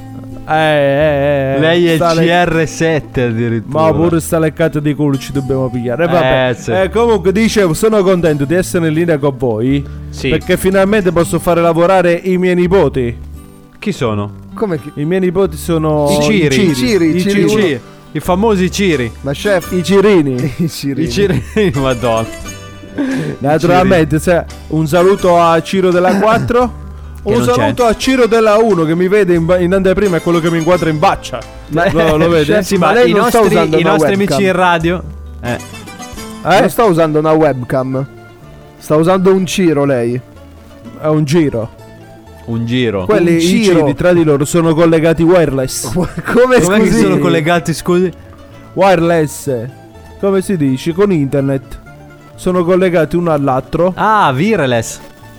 S8: Eh, eh, eh,
S9: Lei è il
S8: sta le-
S9: CR7 addirittura.
S8: Ma pure sta leccata di culo ci dobbiamo pigliare. Eh, vabbè.
S9: Eh, sì.
S8: Eh, comunque dicevo, sono contento di essere in linea con voi.
S9: Sì.
S8: Perché finalmente posso fare lavorare i miei nipoti.
S9: Chi sono?
S10: Come chi?
S8: I miei nipoti sono
S9: I Ciri.
S8: I Ciri,
S10: Ciri,
S8: I
S10: Ciri
S8: Ciri.
S9: I, Ciri. I famosi Ciri.
S10: Ma chef,
S8: I Cirini.
S10: i Ciri.
S9: I Ciri. (laughs) Madonna.
S8: Naturalmente, se- un saluto a Ciro della 4.
S9: Che
S8: Un
S9: non c'è.
S8: saluto a Ciro della 1 che mi vede in, ba- in anteprima e quello che mi inquadra in faccia. Lo,
S9: (laughs)
S8: lo vede?
S9: Sì, ma,
S10: Ma lei
S9: i
S10: non sta
S9: nostri,
S10: usando
S9: i
S10: una
S9: nostri
S10: webcam.
S9: amici in radio. Eh.
S10: Non sta usando una webcam. Sta usando un Ciro lei.
S8: È un giro.
S9: Un giro.
S8: Quelli
S10: Un
S8: i
S10: giro.
S8: Ciri tra di loro sono collegati wireless.
S10: Come
S9: Com'è che
S10: scusi?
S9: sono collegati? Scusi.
S8: wireless. Come si dice? Con internet. Sono collegati uno all'altro
S9: Ah, vireless.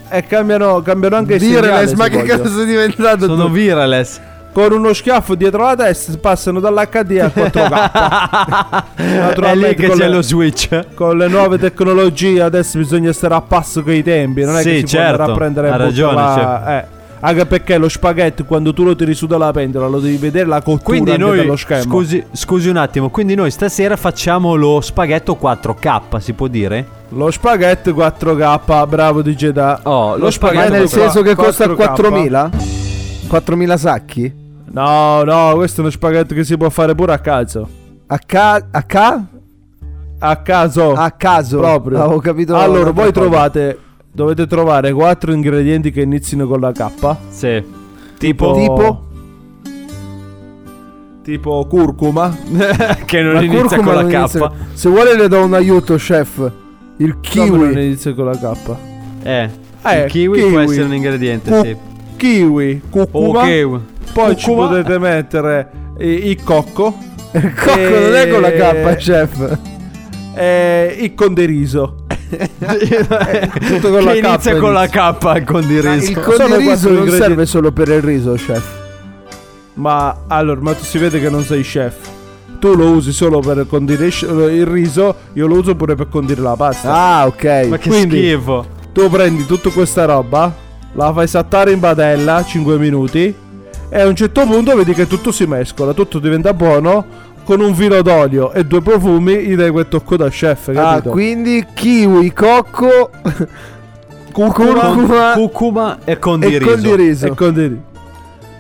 S8: e cambiano, cambiano anche il
S10: Wireless,
S8: segnale,
S10: ma
S8: se
S10: che
S8: vogliono.
S10: cazzo è diventato?
S9: Sono vireless.
S8: Con uno schiaffo dietro la testa passano dall'HD al 4K.
S9: (laughs) È lì
S8: Naturalmente
S9: che
S8: con
S9: c'è
S8: le-
S9: lo switch.
S8: (laughs) Con le nuove tecnologie adesso bisogna stare a passo con i tempi, non è
S9: Sì,
S8: che si
S9: certo,
S8: può andare a prendere
S9: ha
S8: e
S9: ragione, certo.
S8: buttarla- eh. Anche perché lo spaghetto quando tu lo tiri su dalla pentola lo devi vedere la cottura
S9: Quindi
S8: anche dello
S9: noi,
S8: schermo.
S9: scusi, scusi un attimo, quindi noi stasera facciamo lo spaghetto 4K, si può dire?
S8: Lo spaghetto 4K, bravo di Jeddah.
S9: Oh, lo
S10: Ma
S9: spaghetto
S10: nel senso che costa
S8: 4K.
S10: 4.000? 4.000 sacchi?
S8: No, no, questo è uno spaghetto che si può fare pure a caso.
S10: A, ca- a, ca-
S8: A caso.
S10: a caso?
S8: proprio.
S10: Avevo capito.
S8: allora,
S10: un'altra
S8: voi
S10: cosa.
S8: trovate dovete trovare quattro ingredienti che inizino con la K.
S9: Sì. Tipo,
S8: Tipo Tipo curcuma.
S9: (laughs) che non
S10: Ma
S9: inizia
S10: curcuma
S9: con la
S10: non
S9: K.
S10: inizia- Se vuole le do un aiuto, chef. Il
S8: Come non
S10: kiwi.
S8: inizia con la K.
S9: Eh,
S8: Eh,
S9: il kiwi, può
S8: kiwi.
S9: essere un ingrediente, sì.
S8: Kiwi, cucuma.
S9: Ok.
S8: Poi ci
S9: Cucuma.
S8: potete mettere i, i cocco.
S10: Il cocco non è con la K, chef.
S8: E il conderiso. Tutto con
S9: che
S8: la K
S9: inizia con la
S8: inizia.
S9: K il condiriso.
S10: Il
S8: Sono quattro
S10: condiriso non
S8: ingredienti.
S10: serve solo per il riso, chef.
S8: Ma allora, ma tu si vede che non sei chef. Tu lo usi solo per condire sci- il riso, io lo uso pure per condire la pasta.
S10: Ah, ok.
S9: Ma che
S8: Quindi-
S9: schifo.
S8: Tu prendi tutta questa roba, la fai saltare in padella 5 minuti e a un certo punto vedi che tutto si mescola, tutto diventa buono. Con un vino d'olio e due profumi gli dai quel tocco da chef,
S10: Ah,
S8: capito?
S10: quindi kiwi,
S8: (laughs)
S10: cocco Curcuma.
S9: Cucuma e
S10: e
S9: condiriso.
S10: condiriso.
S8: E condiri.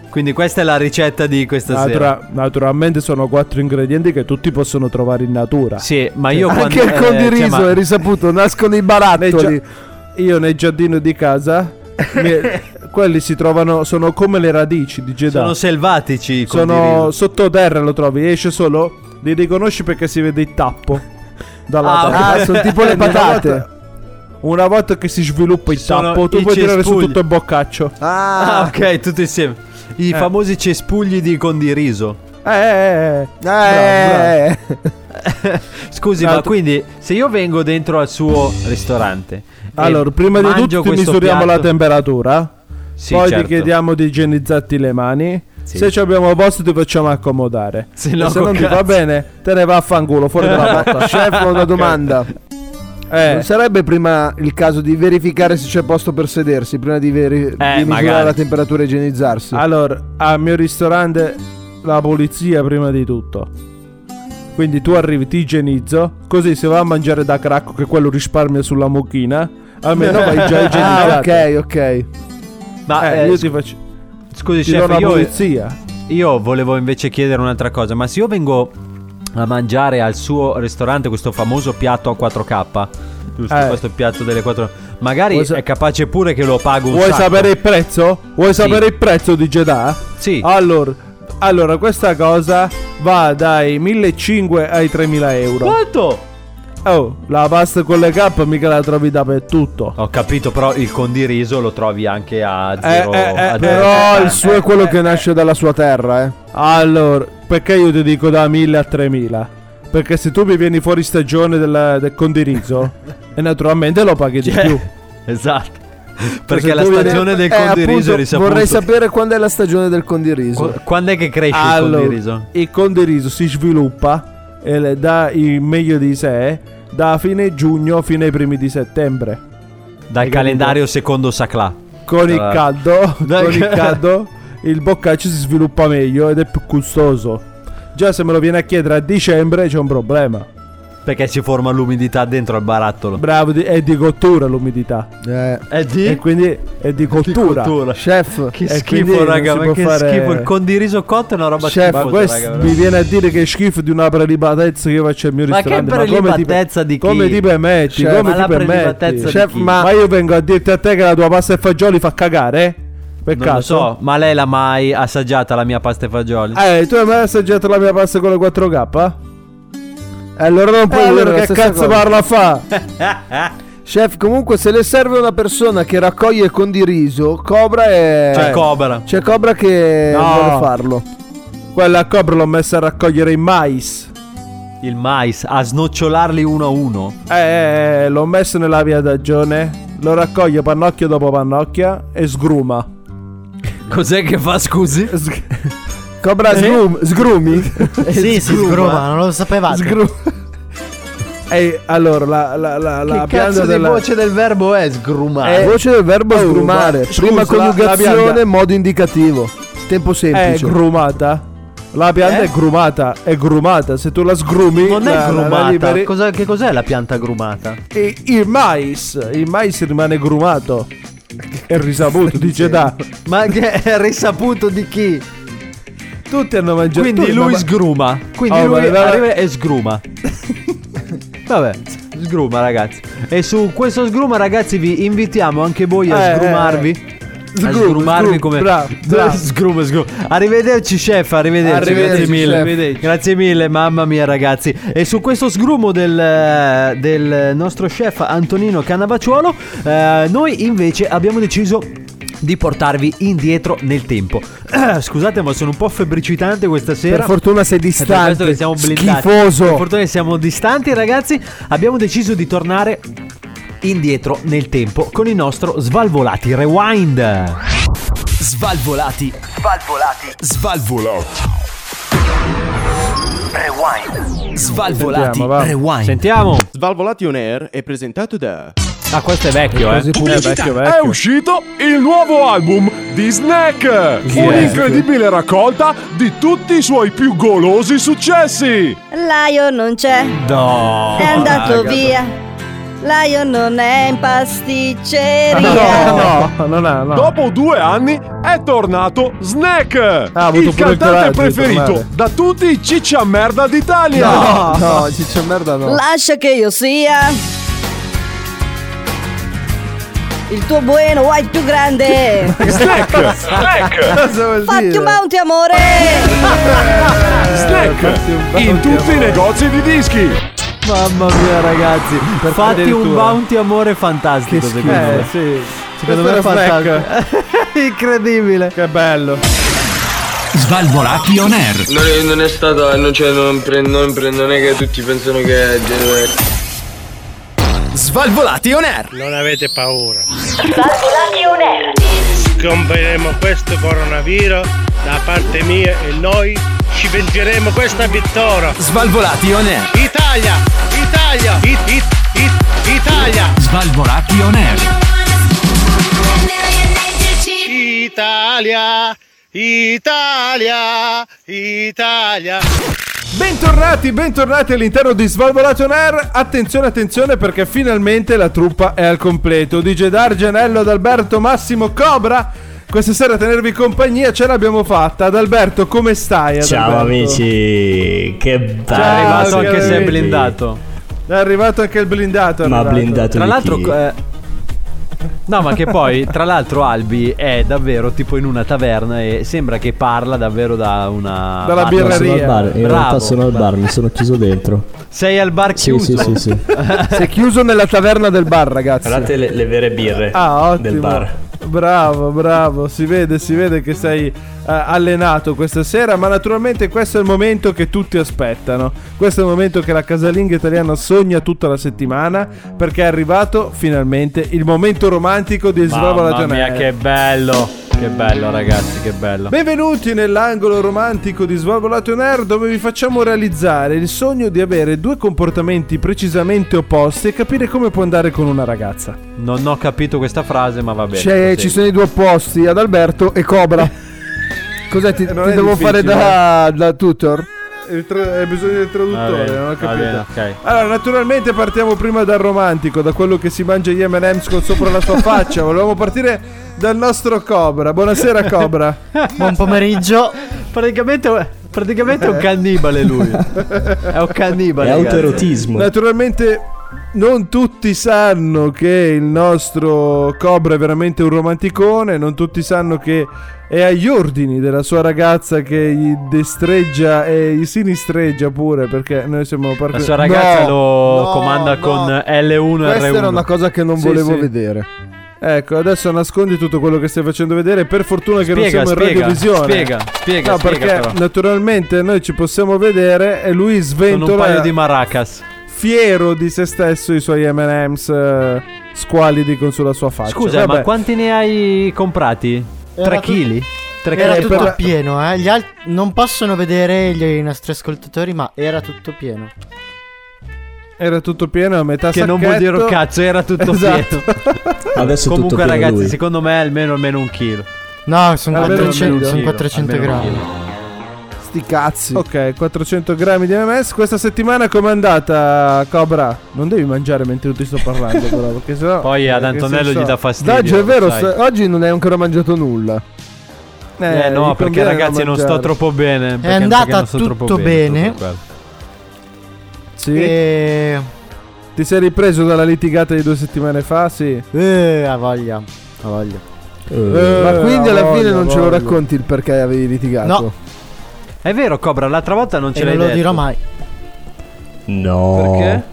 S9: Quindi questa è la ricetta di questa sera.
S8: Natura- naturalmente sono quattro ingredienti che tutti possono trovare in natura.
S9: Sì, ma io
S10: Anche
S9: quando
S10: il condiriso
S9: eh, cioè, ma-
S10: è risaputo, nascono i
S8: Nei
S10: barattoli.
S8: gia- io nel giardino di casa, mi- quelli si trovano, sono come le radici di Jedi.
S9: sono selvatici i
S8: Sono
S9: condiriso.
S8: sottoterra, lo trovi, esce solo, li riconosci perché si vede il tappo. dalla
S10: Ah,
S8: tappa.
S10: ah, sono tipo le
S8: Una
S10: patate.
S8: volta- Una volta che si sviluppa il
S9: sono
S8: tappo, tu
S9: i
S8: puoi tirare su
S9: cespugli.
S8: tutto il boccaccio.
S9: Ah, ok, tutti insieme. I
S8: Eh.
S9: famosi cespugli di condiriso.
S8: Eh, eh, eh.
S9: Eh. Scusi, ma
S8: Altro-
S9: quindi se io vengo dentro al suo ristorante. e
S8: Allora, prima di
S9: mangio
S8: tutto ti
S9: questo
S8: misuriamo la
S9: piatto-
S8: temperatura.
S9: Sì,
S8: poi
S9: certo.
S8: ti chiediamo di igienizzarti le mani.
S9: Sì.
S8: Se ci abbiamo posto ti facciamo accomodare.
S9: Se no,
S8: E se
S9: col
S8: non ti
S9: cazzo.
S8: va bene, te ne va a fanculo fuori
S9: (laughs)
S8: dalla porta.
S10: Chef, ho una domanda.
S8: Eh.
S10: Non sarebbe prima il caso di verificare se c'è posto per sedersi, prima di, veri- di
S9: Eh,
S10: misurare
S8: magari.
S10: la temperatura e igienizzarsi?
S8: Allora, al mio ristorante la polizia prima di tutto. Quindi tu arrivi, ti igienizzo, così se va a mangiare da cracco che quello risparmia sulla mucchina, almeno vai
S9: (laughs)
S8: già igienizzato.
S10: Ah, ok, ok.
S9: Ma
S8: Eh,
S9: eh,
S8: io
S9: scu-
S8: ti faccio
S9: scusi,
S8: ti
S9: chef,
S8: do la
S9: io,
S8: polizia.
S9: io volevo invece chiedere un'altra cosa. Ma se io vengo a mangiare al suo ristorante questo famoso piatto a 4K, giusto?
S8: Eh.
S9: Questo piatto delle 4 Magari
S8: Vuoi sa-
S9: è capace pure che lo pago un
S8: Vuoi
S9: sacco.
S8: sapere il prezzo? Vuoi
S9: Sì.
S8: sapere il prezzo di Jeddah?
S9: Sì.
S8: Allora, allora, questa cosa va dai 1500 ai 3000 euro.
S9: Quanto?
S8: Oh, la pasta con le K mica la trovi dappertutto.
S9: Ho capito, però il condiriso lo trovi anche a
S8: Eh,
S9: zero.
S8: eh, eh,
S9: a
S8: però
S9: zero.
S8: il suo è quello che nasce dalla sua terra, eh. Allora, perché io ti dico da 1000 a 3000? Perché se tu mi vieni fuori stagione del, del condirizzo,
S9: (laughs)
S8: e naturalmente lo paghi di
S9: Cioè,
S8: più. Cioè,
S9: Esatto.
S8: se
S9: Perché la
S8: tu
S9: stagione
S8: vieni-
S9: del
S10: Eh,
S9: condiriso è
S10: appunto,
S9: risaputo.
S10: vorrei sapere quando è la stagione del condiriso.
S9: Qu- Quando è che cresce il condiriso?
S8: il condiriso si sviluppa e le dà il meglio di sé da fine giugno fino ai primi di settembre.
S9: Dal calendario secondo Saclà.
S8: Con il
S9: Tra- (laughs)
S8: caldo,
S9: Dai,
S8: con il
S9: che-
S8: caldo, il boccaccio si sviluppa meglio ed è più gustoso. Già se me lo viene a chiedere a dicembre c'è un problema.
S9: Perché si forma l'umidità dentro al barattolo.
S8: Bravo, di- è di cottura l'umidità.
S9: È Eh. di?
S8: E quindi è di cottura.
S9: cottura.
S10: Chef,
S9: Che
S8: E quindi
S9: schifo,
S8: non
S9: raga.
S8: si
S9: Ma
S8: può
S9: che
S8: fare-
S9: schifo. Il condiriso cotto è una roba
S8: Chef, ma
S9: schifosa,
S8: questo
S9: raga,
S8: mi
S9: veramente.
S8: viene a dire che è schifo di una prelibatezza che io faccio al mio
S9: Ma che
S8: ristorante.
S9: prelibatezza di chi?
S8: Come ti permetti?
S9: Chef,
S8: come
S9: ma
S8: ti
S9: la
S8: permetti?
S9: prelibatezza di
S8: Chef,
S9: chi?
S8: ma... ma io vengo a dirti a te che la tua pasta e fagioli fa cagare? eh? Per
S9: Non lo
S8: caso?
S9: so, ma lei l'ha mai assaggiata la mia pasta e fagioli?
S8: Eh, tu hai mai assaggiato la mia pasta con le 4K? E allora non
S10: puoi
S8: eh,
S10: dire
S8: allora
S10: la
S8: che
S10: stessa
S8: cazzo
S10: cosa.
S8: parla fa? (laughs)
S10: Chef, comunque, se le serve una persona che raccoglie condiriso, Cobra è.
S9: C'è Cobra.
S10: C'è Cobra che
S8: No.
S10: vuole farlo.
S8: Quella a cobra l'ho messa a raccogliere in mais.
S9: Il mais, a snocciolarli uno a uno.
S8: Eh, eh, eh, l'ho messo nella via d'agione. Lo raccoglie pannocchia dopo pannocchia e sgruma.
S9: Cos'è che fa, scusi?
S8: (laughs)
S10: Cobra sgrum-
S9: (laughs)
S10: sgrumi?
S11: Sì, si sgruma, non lo sapevate.
S10: (laughs)
S8: E allora la, la, la, la pianta della...
S9: del verbo è sgrumare?
S8: Eh,
S10: Voce del verbo
S8: Oh,
S10: sgrumare.
S8: ma- scusa,
S10: Prima
S8: la- la
S10: coniugazione,
S8: pianta-
S10: modo indicativo. Tempo
S8: è
S10: semplice.
S8: grumata. La pianta
S9: Eh?
S8: è grumata, è grumata. Se tu la sgrumi,
S9: Non
S8: la- la-
S9: è
S8: la
S9: grumata.
S8: liberi-
S9: Cosa- che cos'è la pianta grumata?
S8: E il mais, il mais rimane grumato. È risaputo, dice da.
S9: Ma che è risaputo di chi?
S8: Tutti hanno mangiato.
S9: Quindi
S8: tutti,
S9: lui
S8: ma-
S9: sgruma. Quindi
S8: Oh,
S9: lui
S8: ma- ma-
S9: arriva e
S8: (laughs)
S9: sgruma. Vabbè, sgruma ragazzi. E su questo sgruma ragazzi vi invitiamo anche voi a
S8: Eh,
S9: sgrumarvi. a
S8: Sgrum,
S9: sgrumarvi
S8: sgrum,
S9: come (laughs)
S8: bravo, bravo.
S9: Sgrum, sgrum. Arrivederci chef, arrivederci.
S8: Arrivederci,
S9: grazie mille.
S8: chef. Arrivederci.
S9: Grazie mille, mamma mia ragazzi. E su questo sgrumo del, eh, del nostro chef Antonino Cannavacciuolo, eh, noi invece abbiamo deciso di portarvi indietro nel tempo. (clears throat) Scusate, ma sono un po' febbricitante questa sera.
S10: Per fortuna sei
S9: È Cioè, per questo
S10: distante.
S9: che siamo blindati. Per
S10: Schifoso.
S9: fortuna che siamo distanti, ragazzi. Abbiamo deciso di tornare indietro nel tempo con il nostro Svalvolati Rewind. Ah,
S7: Svalvolati. Svalvolati. Svalvolati. Rewind. Svalvolati.
S8: Sentiamo, va.
S7: Rewind.
S9: Sentiamo.
S16: Svalvolati On Air è presentato da
S9: Ah, questo è vecchio, eh.
S8: Pubblicità. vecchio, vecchio.
S17: È uscito il nuovo album di Snack, un'incredibile raccolta di tutti i suoi più golosi successi.
S18: Lion non c'è,
S9: No.
S18: è andato via. Lion non è in
S8: Ah,
S18: pasticceria.
S8: No, no, no, no, no.
S17: Dopo due anni è tornato Snack,
S8: Ah, Ha avuto
S17: il
S8: pure il
S17: cantante
S8: coraggio di
S17: preferito
S8: tornare.
S17: da tutti i ciccia merda d'Italia.
S10: No, no, ciccia merda no.
S18: Lascia che io sia il tuo bueno white più grande.
S8: (laughs)
S17: Snack, snack,
S10: Cosa vuol
S18: Fatti un bounty, amore.
S17: snack, in tutti i negozi di dischi.
S9: Mamma mia, ragazzi. Fatti un
S8: addirittura.
S9: bounty amore fantastico,
S8: Che
S9: secondo
S8: schifo.
S9: me.
S8: Eh, sì.
S9: Secondo
S8: Questo
S9: me è
S8: era
S9: fantastico.
S8: (laughs)
S9: Incredibile.
S8: Che bello.
S19: Svalvolati on air.
S20: Non è, non è stata, non, cioè, non, pre- non pre- non è che tutti pensano che è genere.
S21: Svalvolati on air.
S22: Non avete paura.
S23: Svalvolati on air.
S22: Scomperemo questo coronavirus da parte mia e noi ci vengeremo questa
S9: Eh.
S22: vittoria.
S21: Svalvolati on air.
S22: Italia! Italia! It, it, it, Italia!
S21: Svalvolati on air.
S22: Italia! Italia! Italia!
S8: Bentornati, bentornati all'interno di Svalvolato on Air. Attenzione, attenzione perché finalmente la truppa è al completo. DJ Dargenello ad Alberto Massimo Cobra. Questa sera a tenervi compagnia ce l'abbiamo fatta. Ad Alberto, come stai?
S24: Ciao
S8: Adalberto?
S24: amici, che bello.
S8: Ciao,
S9: arrivato anche
S8: cari
S9: se è
S8: amici.
S9: blindato.
S8: È arrivato anche il blindato. è
S24: Ma
S8: arrivato.
S24: blindato
S9: Tra l'altro, eh, no, ma che poi, tra l'altro, Albi è davvero tipo in una taverna e sembra che parla davvero da una.
S24: No, sono al bar, In realtà
S9: Bravo.
S24: sono al bar, mi sono chiuso dentro.
S9: Sei al bar
S24: Sì,
S9: chiuso.
S24: sì, sì,
S9: (laughs)
S24: sì.
S8: (laughs) Sei chiuso nella taverna del bar, ragazzi.
S24: Guardate le, le vere birre
S8: Ah, ottimo.
S24: del bar.
S8: Bravo, bravo. Si vede, si vede che sei eh, allenato questa sera. Ma naturalmente questo è il momento che tutti aspettano. Questo è il momento che la casalinga italiana sogna tutta la settimana. Perché è arrivato finalmente il momento romantico di Svalvola
S9: Mamma mia, che bello! Che bello, ragazzi, che bello.
S8: Benvenuti nell'angolo romantico di Svalvolato on Air dove vi facciamo realizzare il sogno di avere due comportamenti precisamente opposti e capire come può andare con una ragazza.
S9: Non ho capito questa frase, ma va bene.
S10: C'è-
S9: prosegui.
S10: ci sono i due opposti, ad Alberto e
S8: (laughs)
S10: Cobra. Cos'è? Ti, ti
S8: Eh, Non è
S10: devo fare
S8: difficile.
S10: da, da tutor?
S8: Il tra- Hai bisogno del
S10: Va
S8: traduttore,
S10: bene,
S8: non ho
S10: va
S8: capito.
S10: bene,
S9: ok.
S8: Allora, naturalmente partiamo prima dal romantico, da quello che si mangia gli M&M's con sopra la (laughs) sua faccia. Volevamo partire dal nostro Cobra. Buonasera Cobra.
S11: (laughs) Buon pomeriggio.
S9: Praticamente, praticamente è un cannibale (laughs) lui. È un cannibale. ragazzi.
S8: Naturalmente non tutti sanno che il nostro Cobra è veramente un romanticone, non tutti sanno che è agli ordini della sua ragazza che gli destreggia e gli sinistreggia pure perché noi siamo
S9: La
S8: parte
S9: sua ragazza lo comanda con L1 e R1.
S8: Questa era una cosa
S10: che non
S8: Sì,
S10: volevo
S8: sì.
S10: vedere.
S8: Ecco, adesso nascondi tutto quello che stai facendo vedere. Per fortuna che
S9: Spiega,
S8: non siamo in
S9: spiega,
S8: radiovisione.
S9: spiega, spiega,
S8: No,
S9: spiega
S8: perché
S9: però.
S8: naturalmente noi ci possiamo vedere e lui
S9: Sono un
S8: sventola
S9: paio di maracas.
S8: fiero di se stesso i suoi M&M's eh, squalidi con sulla sua faccia.
S9: Scusa, ma
S8: Vabbè.
S9: quanti ne hai comprati?
S11: Era
S9: 3
S11: tu-
S9: kg? 3
S11: Era
S9: kg
S11: tutto pieno, eh. Gli alt- non possono vedere gli- i nostri ascoltatori, ma era tutto pieno.
S8: era tutto pieno a metà
S9: Che non vuol dire un
S8: sacchetto.
S9: cazzo, era tutto
S8: Esatto.
S9: pieno.
S24: Adesso è tutto
S9: Comunque,
S24: pieno
S9: ragazzi,
S24: lui.
S9: secondo me almeno, almeno un chilo.
S11: No, sono
S9: Almeno
S11: 400,
S9: un
S11: sono
S9: chilo,
S11: 400
S9: almeno un
S11: grammi.
S9: chilo.
S10: Sti cazzi.
S8: Ok, 400 grammi di MMS. Questa settimana com'è andata, Cobra? Non devi mangiare mentre io ti sto parlando, però, perché sennò...
S9: Poi ad
S8: perché
S9: Antonello
S8: se
S9: gli
S8: so-
S9: dà fastidio.
S10: Daggio, è vero,
S9: sai.
S10: se- oggi non hai ancora mangiato nulla.
S9: Eh, no,
S10: gli
S9: perché
S10: conviene
S9: ragazzi non sto
S10: mangiare.
S9: troppo bene. perché
S11: andata
S9: non so che non
S11: tutto
S9: sto troppo bene.
S11: bene.
S9: tutto quello.
S8: Sì.
S9: Eh.
S11: E...
S8: Ti sei ripreso dalla litigata di due settimane fa? Sì.
S11: Eh, ha voglia. Ha voglia.
S10: Ma
S8: Eh,
S10: quindi alla
S8: ha
S10: fine
S8: voglia,
S10: non ce lo
S8: voglia.
S10: racconti il perché avevi litigato?
S11: No.
S9: È vero, Cobra, l'altra volta non ce
S11: E
S9: l'hai
S11: non lo
S9: detto.
S11: dirò mai.
S24: No.
S9: Perché?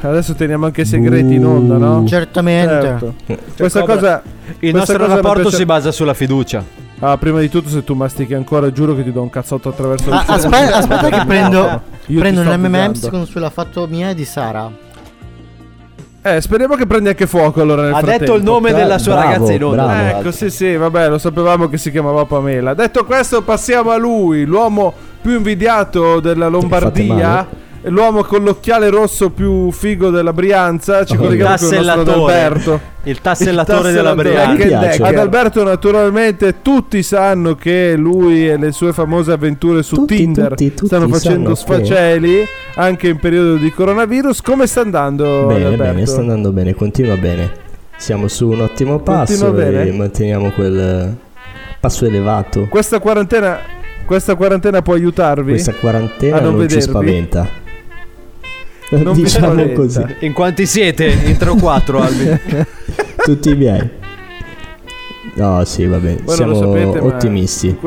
S8: Adesso teniamo anche i segreti in onda, no?
S11: Certamente.
S8: Certo. Questa cosa.
S9: Il
S8: questa
S9: nostro
S8: cosa mi
S9: rapporto
S8: piace-
S9: si basa sulla fiducia.
S8: Ah, prima di tutto, se tu mastichi ancora, giuro che ti do un cazzotto attraverso il
S11: Ah,
S8: culo.
S11: aspetta, aspetta che
S8: No,
S11: prendo,
S8: no. Io
S11: prendo
S8: ti
S11: un
S8: sto
S11: MMM
S8: picchiando.
S11: con sulla foto mia e di Sara.
S8: Eh, speriamo che prendi anche fuoco allora nel
S9: Ha detto
S8: frattempo.
S9: il nome Bra- della sua bravo, ragazza in onda. Eh, bravo.
S8: Ecco, sì, sì, vabbè, lo sapevamo che si chiamava Pamela. Detto questo, passiamo a lui, l'uomo più invidiato della Lombardia. L'uomo con l'occhiale rosso più figo della Brianza. Ci
S9: Ah, Il
S8: colleghiamo con il nostro
S9: tassellatore.
S8: Alberto.
S9: Il tassellatore della Brianza. Mi piace.
S8: Ad Alberto, naturalmente, tutti sanno che lui e le sue famose avventure su Tinder stanno
S24: tutti
S8: facendo
S24: sanno che-
S8: sfaceli anche in periodo di coronavirus. Come sta andando?
S24: bene,
S8: Alberto?
S24: bene, sta andando bene, continua bene. Siamo su un ottimo passo
S8: Continua
S24: e
S8: bene.
S24: manteniamo quel eh, passo elevato.
S8: Questa quarantena, questa quarantena può aiutarvi?
S24: Questa quarantena
S8: a non
S24: non, ci
S8: vedervi?
S24: spaventa.
S8: Non vi
S24: (laughs) diciamo
S8: spaventa.
S24: così.
S9: In quanti siete? In 3 o 4, Albi.
S24: Tutti i miei. No, sì, vabbè,
S8: Voi non
S24: siamo
S8: lo sapete, ma-
S24: ottimisti.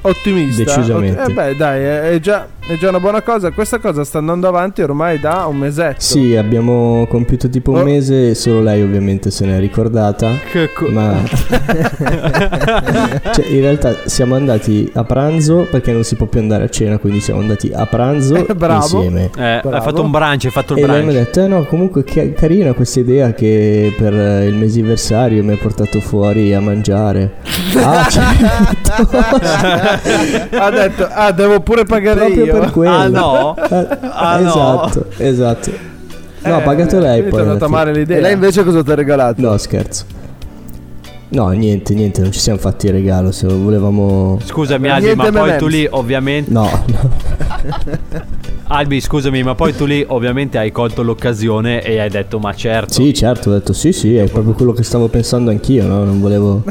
S8: Ottimista.
S24: Decisamente.
S8: Eh beh, dai, è, è già è già una buona cosa. Questa cosa sta andando avanti ormai da un mesetto.
S24: Sì, abbiamo compiuto tipo un
S8: Oh.
S24: mese e solo lei ovviamente se n'è ricordata.
S8: Che co- (laughs)
S24: ma cioè, in realtà siamo andati a pranzo perché non si può più andare a cena, quindi siamo andati a pranzo
S8: Eh, bravo.
S24: insieme.
S9: Eh, hai fatto un brunch, hai fatto il
S24: E lei mi ha
S9: brunch.
S24: detto, eh no, comunque che carina questa idea che per eh, il mesiversario mi hai portato fuori a mangiare.
S10: (laughs)
S24: ah,
S8: (laughs) ha detto, ah, devo pure pagare
S24: proprio
S8: io.
S24: per quello.
S9: Ah,
S24: (laughs)
S9: no?
S24: Eh,
S9: Ah, no.
S24: esatto, esatto. No, ha
S8: Eh,
S24: pagato lei
S8: quindi
S24: poi.
S8: ti è
S24: alla
S8: andata
S24: fine.
S8: male l'idea.
S10: E lei invece cosa ti ha regalato?
S24: No, scherzo. No, niente, niente, non ci siamo fatti il regalo, se volevamo...
S9: Scusami Albi,
S24: Niente
S9: ma poi
S24: M&M's.
S9: tu lì ovviamente...
S24: No,
S9: (laughs) Albi, scusami, ma poi tu lì ovviamente hai colto l'occasione e hai detto ma certo.
S24: sì, certo, ho detto sì, sì, è proprio quello che stavo pensando anch'io, no? Non volevo...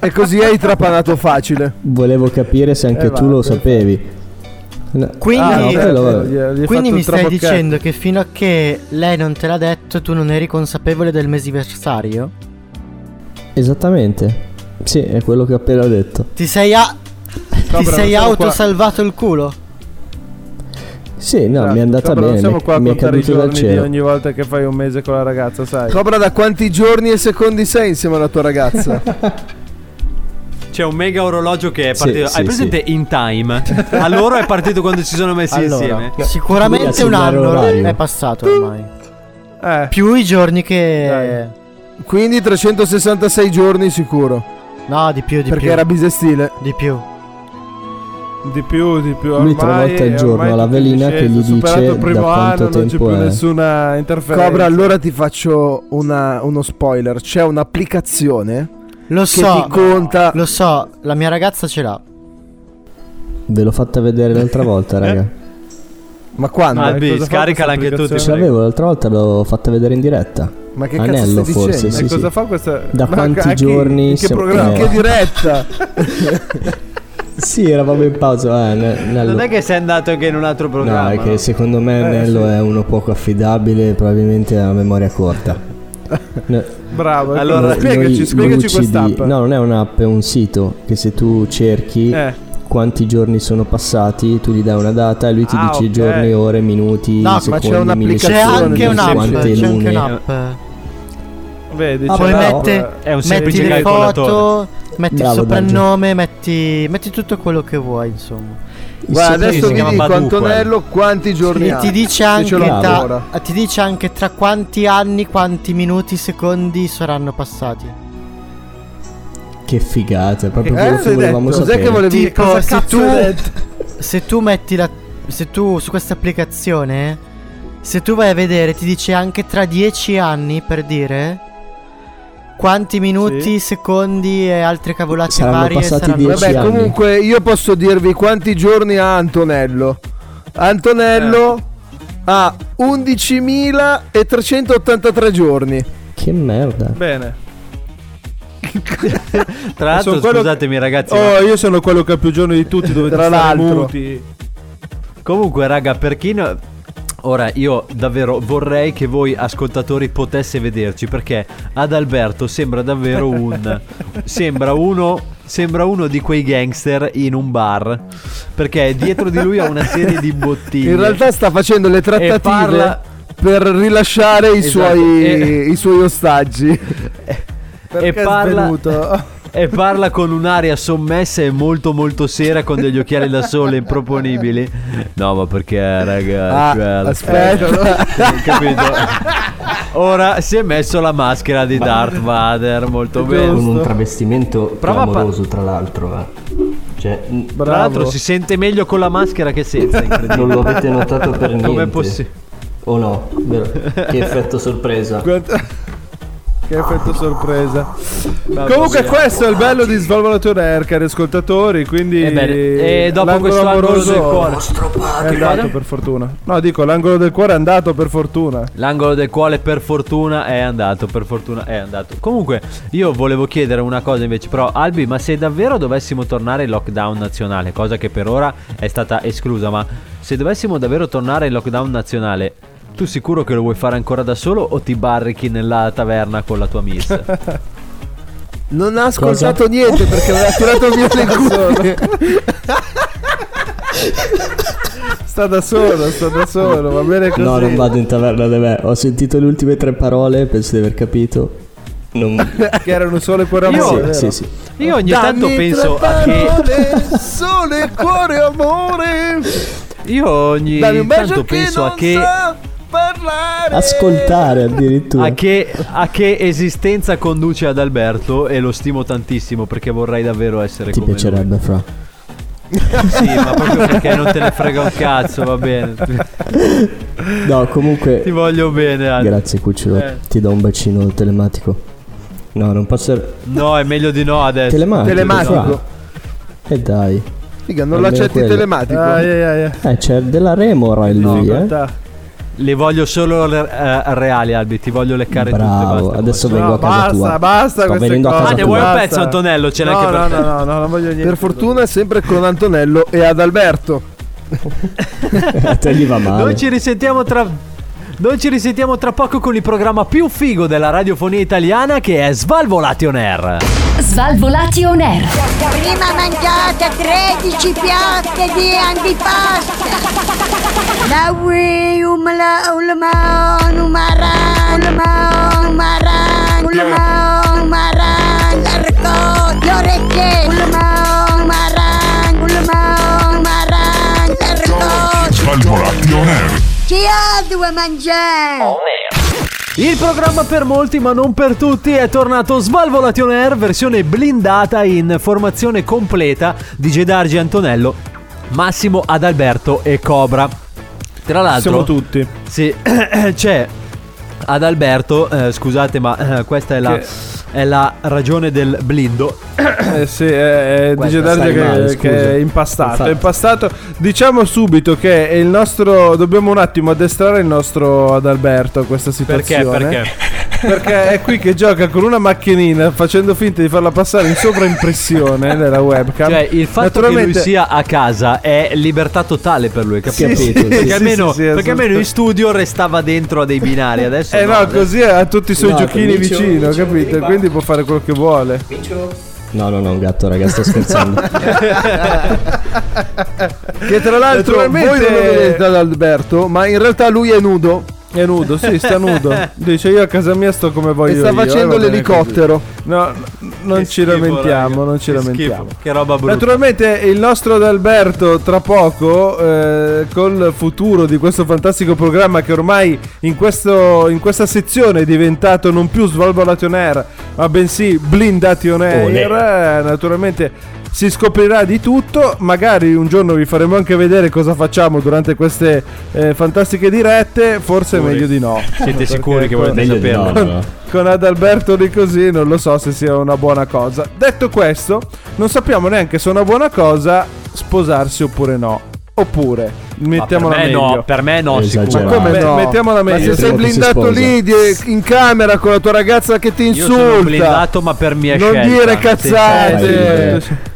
S10: E così hai trapanato facile.
S24: Volevo capire se anche
S10: Eh,
S24: tu
S10: va,
S24: lo
S10: perfetto.
S24: sapevi. No,
S11: Quindi,
S24: ah, no, quello-
S11: quindi mi stai dicendo che fino a che lei non te l'ha detto tu non eri consapevole del mesiversario?
S24: Esattamente. Sì, è quello che ho appena detto.
S11: Ti sei, a- ti
S24: però
S11: sei
S24: non siamo qua.
S11: autosalvato il culo?
S24: Sì, no, mi è andata
S8: Cobra, non
S24: bene.
S8: siamo qua a
S24: Mi è
S8: contare i
S24: caduto dal
S8: giorni di
S24: cielo.
S8: ogni volta che fai un mese con la ragazza, sai.
S10: Cobra, da quanti giorni e secondi sei insieme alla tua
S8: (laughs)
S10: ragazza?
S9: C'è un mega orologio che è
S24: Sì,
S9: partito.
S24: sì,
S9: hai presente
S24: (laughs)
S9: in time? A loro è partito quando ci sono messi
S11: Allora,
S9: insieme.
S11: sicuramente un anno è passato ormai.
S8: Eh.
S11: Più i giorni che...
S10: Quindi 366 giorni sicuro.
S11: No, di più, di
S10: Perché
S11: più.
S10: era bisestile.
S11: Di più.
S8: Di più, di più.
S24: Lui tre
S8: ormai-
S24: volte al giorno
S8: ormai
S24: ha la
S8: tutto è
S24: velina che
S8: disceso,
S24: gli
S8: superato
S24: dice
S8: il primo
S24: da
S8: anno,
S24: quanto
S8: non c'è
S24: tempo
S8: più
S24: è.
S8: nessuna interferenza.
S10: Cobra, allora ti faccio una- uno spoiler. C'è un'applicazione
S11: Lo
S10: che
S11: so,
S10: ti conta.
S11: Lo so, la mia ragazza ce l'ha.
S24: Ve l'ho fatta vedere l'altra volta, raga.
S10: Ma quando?
S9: Albi,
S10: Eh, cosa fa
S9: scaricala
S10: questa
S9: anche tu,
S10: applicazione?
S9: ti
S24: Ce l'avevo l'altra volta, l'ho fatta vedere in diretta.
S10: Ma che cazzo
S24: Anello,
S10: stai
S24: forse,
S10: dicendo?
S24: sì,
S10: E cosa
S24: sì.
S10: fa questa-
S24: Da
S10: Ma
S24: quanti
S10: a chi?
S24: giorni?
S10: In che
S24: siamo-
S10: programma?
S24: eh,
S10: Che diretta?
S24: Sì, eravamo in pausa. Eh, Ne- Nello-
S9: Non è che sei andato anche in un altro
S24: No,
S9: programma.
S24: è che
S9: no?
S24: secondo me
S8: Eh,
S10: Eh.
S24: Nello è uno poco affidabile, probabilmente ha la memoria corta. Ne-
S8: Bravo.
S24: No,
S8: Allora, spiegaci,
S24: noi
S8: spiegaci
S24: lucidi-
S8: quest'app.
S24: No, non è un'app, è un sito che se tu cerchi
S8: Eh.
S24: quanti giorni sono passati, tu gli dai una data e lui ti
S8: Ah,
S24: dice
S8: ok.
S24: giorni, ore, minuti,
S8: No, ma
S24: secondi,
S8: c'è un'applicazione,
S11: C'è anche
S24: millisecondi,
S11: un'app,
S24: quante
S11: c'è anche
S24: lune.
S11: un'app.
S8: Vedi,
S24: Ah,
S8: c'è
S24: poi
S8: la-
S24: mette-
S9: eh, È un
S11: Metti
S9: semplice
S11: le
S9: calcolatore.
S11: foto, metti il
S24: Bravo,
S11: soprannome, metti, metti tutto quello che vuoi, insomma.
S10: Guarda, adesso
S9: si
S10: mi
S9: chiama
S10: dico
S9: Badu,
S10: Antonello quanti giorni
S11: E
S10: ha.
S11: ti dice,
S10: Se
S11: anche
S10: ce l'ho
S11: tra,
S10: ancora.
S11: ti dice anche tra quanti anni, quanti minuti, secondi saranno passati.
S24: Che figata, è proprio
S11: Eh,
S24: quello che
S11: cos'hai
S24: volevamo
S11: detto?
S24: sapere.
S11: Cos'è che volevi- Tipo, cosa se cazzo tu- hai detto?
S10: Ti
S11: Se tu metti la. Se tu su questa applicazione. Se tu vai a vedere, ti dice anche tra 10 anni per dire. Quanti minuti, secondi e altre cavolate
S24: Saranno
S11: varie
S24: passati
S11: saranno
S10: Vabbè,
S11: passati.
S10: comunque io posso dirvi quanti giorni ha Antonello. Antonello
S9: Eh.
S10: ha 11.383 giorni.
S24: Che merda.
S8: Bene.
S9: Tra l'altro,
S8: Sono quello-
S9: scusatemi, ragazzi. ma-
S8: Oh, io sono quello che ha più giorni di tutti, dovete
S10: Tra
S8: stare
S10: l'altro.
S8: muti.
S9: Comunque, raga, per chi. no- Ora, io davvero vorrei che voi ascoltatori potesse vederci perché ad Alberto sembra davvero
S10: (laughs)
S9: un. sembra uno. Sembra uno di quei gangster in un bar. Perché dietro di lui ha una serie di bottiglie.
S10: In realtà sta facendo le trattative
S9: parla-
S10: per rilasciare i,
S9: Esatto,
S10: suoi,
S9: e-
S10: i suoi
S9: (laughs)
S10: ostaggi.
S9: e
S10: Perché è
S9: parla,
S10: svenuto?
S9: e parla con un'aria sommessa e molto molto sera con degli occhiali da sole improponibili. No, ma perché, raga?
S10: Ah,
S9: cioè, alla
S10: aspetta.
S9: fine- capito? Ora si è messo la maschera di Darth Vader, molto bene.
S1: Con un travestimento
S9: Prova a pa-
S1: clamoroso, tra l'altro. eh. Cioè, n-
S9: Tra l'altro si sente meglio con la maschera che senza, incredibile.
S1: non lo avete notato per niente.
S9: Com'è possibile?
S1: O no? Vero. Che effetto sorpresa.
S8: Guarda- Che effetto sorpresa. Comunque,
S9: mia.
S8: questo è il bello di Svalvolatore Air, cari ascoltatori. Quindi,
S9: Ebbene, e dopo
S8: l'angolo
S9: questo angolo
S8: amoroso
S9: del cuore.
S8: è andato per fortuna. No, dico, l'angolo del cuore è andato per fortuna.
S9: L'angolo del cuore per fortuna è andato, per fortuna è andato. Comunque io volevo chiedere una cosa invece, però Albi, ma se davvero dovessimo tornare in lockdown nazionale, cosa che per ora è stata esclusa, ma se dovessimo davvero tornare in lockdown nazionale, tu sicuro che lo vuoi fare ancora da solo o ti barrichi nella taverna con la tua
S8: (laughs)
S9: miss?
S10: Non ha ascoltato niente perché me l'ha tirato via le cuffie.
S8: Sta da solo, sta da solo, va bene così.
S24: No, non vado in taverna da me. Ho sentito le ultime tre parole, penso di aver capito. Non...
S8: (laughs) che erano sole cuore amore.
S24: Sì,
S8: vero?
S24: sì, sì.
S9: Io ogni
S8: Dammi
S9: tanto
S8: tre
S9: penso a che.
S8: parole, sole cuore amore.
S9: Io ogni
S8: Dammi un bacio
S9: tanto
S8: che
S9: penso a
S8: non
S9: che.
S8: sa parlare.
S24: Ascoltare addirittura.
S9: A che, a che esistenza conduce ad Alberto e lo stimo tantissimo perché vorrei davvero essere
S24: Ti
S9: come lui.
S24: piacerebbe, fra.
S9: Sì, ma proprio perché non te ne frega un cazzo, va bene.
S24: No, comunque.
S9: Ti voglio bene, Ale.
S24: Grazie, Cucciolo.
S9: Eh.
S24: Ti do un bacino telematico. No, non posso.
S9: No, è meglio di no adesso.
S24: Telematico.
S9: No.
S24: E dai.
S10: Figa, non
S24: Almeno
S10: l'accetti
S24: quello.
S10: telematico.
S8: Ai, ai, ai.
S24: Eh, c'è della remora in lui, eh.
S9: Le voglio solo le- eh, reali, Albi, ti voglio leccare tutte.
S24: Bravo,
S9: Basta.
S24: adesso
S8: No,
S24: vengo a casa
S8: basta,
S24: tua.
S8: basta
S24: Sto
S8: queste
S24: venendo a
S8: cose.
S9: Ah,
S24: casa
S9: ne
S24: tua.
S9: vuoi un
S8: Basta.
S9: pezzo, Antonello? Ce l'hai
S8: No,
S9: anche per
S8: no,
S9: te.
S8: no, no, no, non voglio niente.
S10: Per fortuna sempre con Antonello e ad Alberto.
S24: A te gli va male.
S9: Noi ci risentiamo tra. Noi ci risentiamo tra poco con il programma più figo della radiofonia italiana che è Svalvolati on Air.
S6: Svalvolati on air.
S3: Prima mangiate 13 piatte di antipasto. La ui umla ulma umaran ulma umaran ulma umaran l'arco le orecchie ulma umaran ulma umaran l'arco
S17: Svalvolati on air.
S3: chi ha due mangiare?
S9: Il programma per molti ma non per tutti è tornato Svalvolati on Air versione blindata in formazione completa di Gedargi Antonello, Massimo Adalberto e Cobra. Tra l'altro
S8: Siamo tutti.
S9: Sì, (clears throat) c'è Adalberto, eh, scusate ma eh, questa è la,
S8: Che-
S9: è la ragione del blindo.
S8: Eh sì, è, è
S9: Guarda,
S8: DJ Darge
S9: stai
S8: che,
S9: male,
S8: che
S9: scusa.
S8: è impastato. È
S9: Infatti.
S8: impastato. Diciamo subito che è il nostro. Dobbiamo un attimo addestrare il nostro Adalberto a questa
S9: Perché?
S8: situazione.
S9: Perché?
S8: Perché è qui che gioca con una macchinina facendo finta di farla passare in sovraimpressione nella webcam.
S9: Cioè, il fatto che lui
S8: Naturalmente-
S9: sia a casa è libertà totale per lui, capito?
S24: Sì, sì,
S9: perché,
S8: sì,
S9: almeno,
S8: sì, sì,
S9: perché
S8: assolutamente.
S9: almeno in studio restava dentro a dei binari, adesso
S8: Eh
S9: no,
S8: no,
S9: adesso-
S8: così ha tutti i suoi
S24: No,
S8: giochini
S24: comincio-
S8: vicino,
S24: comincio-
S8: capito? Quindi può fare quello che vuole.
S24: No, no, no, un gatto, raga, sto
S8: (laughs)
S24: scherzando.
S10: Che tra l'altro voi non lo
S8: Naturalmente-
S10: vedete ad Alberto, ma in realtà lui è nudo.
S8: È nudo, sì,
S10: (laughs)
S8: sta nudo. Dice io a casa mia sto come voglio.
S10: E sta
S8: io", eh,
S10: facendo
S8: va bene
S10: l'elicottero.
S8: così. No, n- non
S9: Che
S8: ci
S9: schifo,
S8: lamentiamo,
S9: raga.
S8: non ci
S9: Che
S8: lamentiamo.
S9: schifo, Che roba brutta.
S8: Naturalmente il nostro Adalberto tra poco eh, col futuro di questo fantastico programma che ormai in, questo- in questa sezione è diventato non più Svalvolati on Air ma bensì Blindati on Air eh, naturalmente si scoprirà di tutto magari un giorno vi faremo anche vedere cosa facciamo durante queste eh, fantastiche dirette forse è
S9: Sicuri?
S8: meglio di no
S9: Siete sicuri che
S8: con-
S9: volete
S24: Meglio di
S9: saperlo?
S24: no, no, no.
S8: con Adalberto lì così non lo so se sia una buona cosa. Detto questo, non sappiamo neanche se è una buona cosa sposarsi oppure no. Oppure,
S9: Ma per
S8: mettiamola
S9: me
S8: meglio.
S9: no, per me no,
S24: Esagerato.
S9: sicuro.
S10: Come
S8: Beh,
S10: no?
S8: mettiamola
S10: Ma
S8: meglio.
S10: se sei
S24: Prima che si
S10: blindato
S24: sposa.
S10: lì di- in camera con la tua ragazza che ti
S9: Io sono
S10: insulta.
S9: blindato, ma per mia
S10: Non
S9: scelta.
S10: dire
S9: Senza-
S10: cazzate.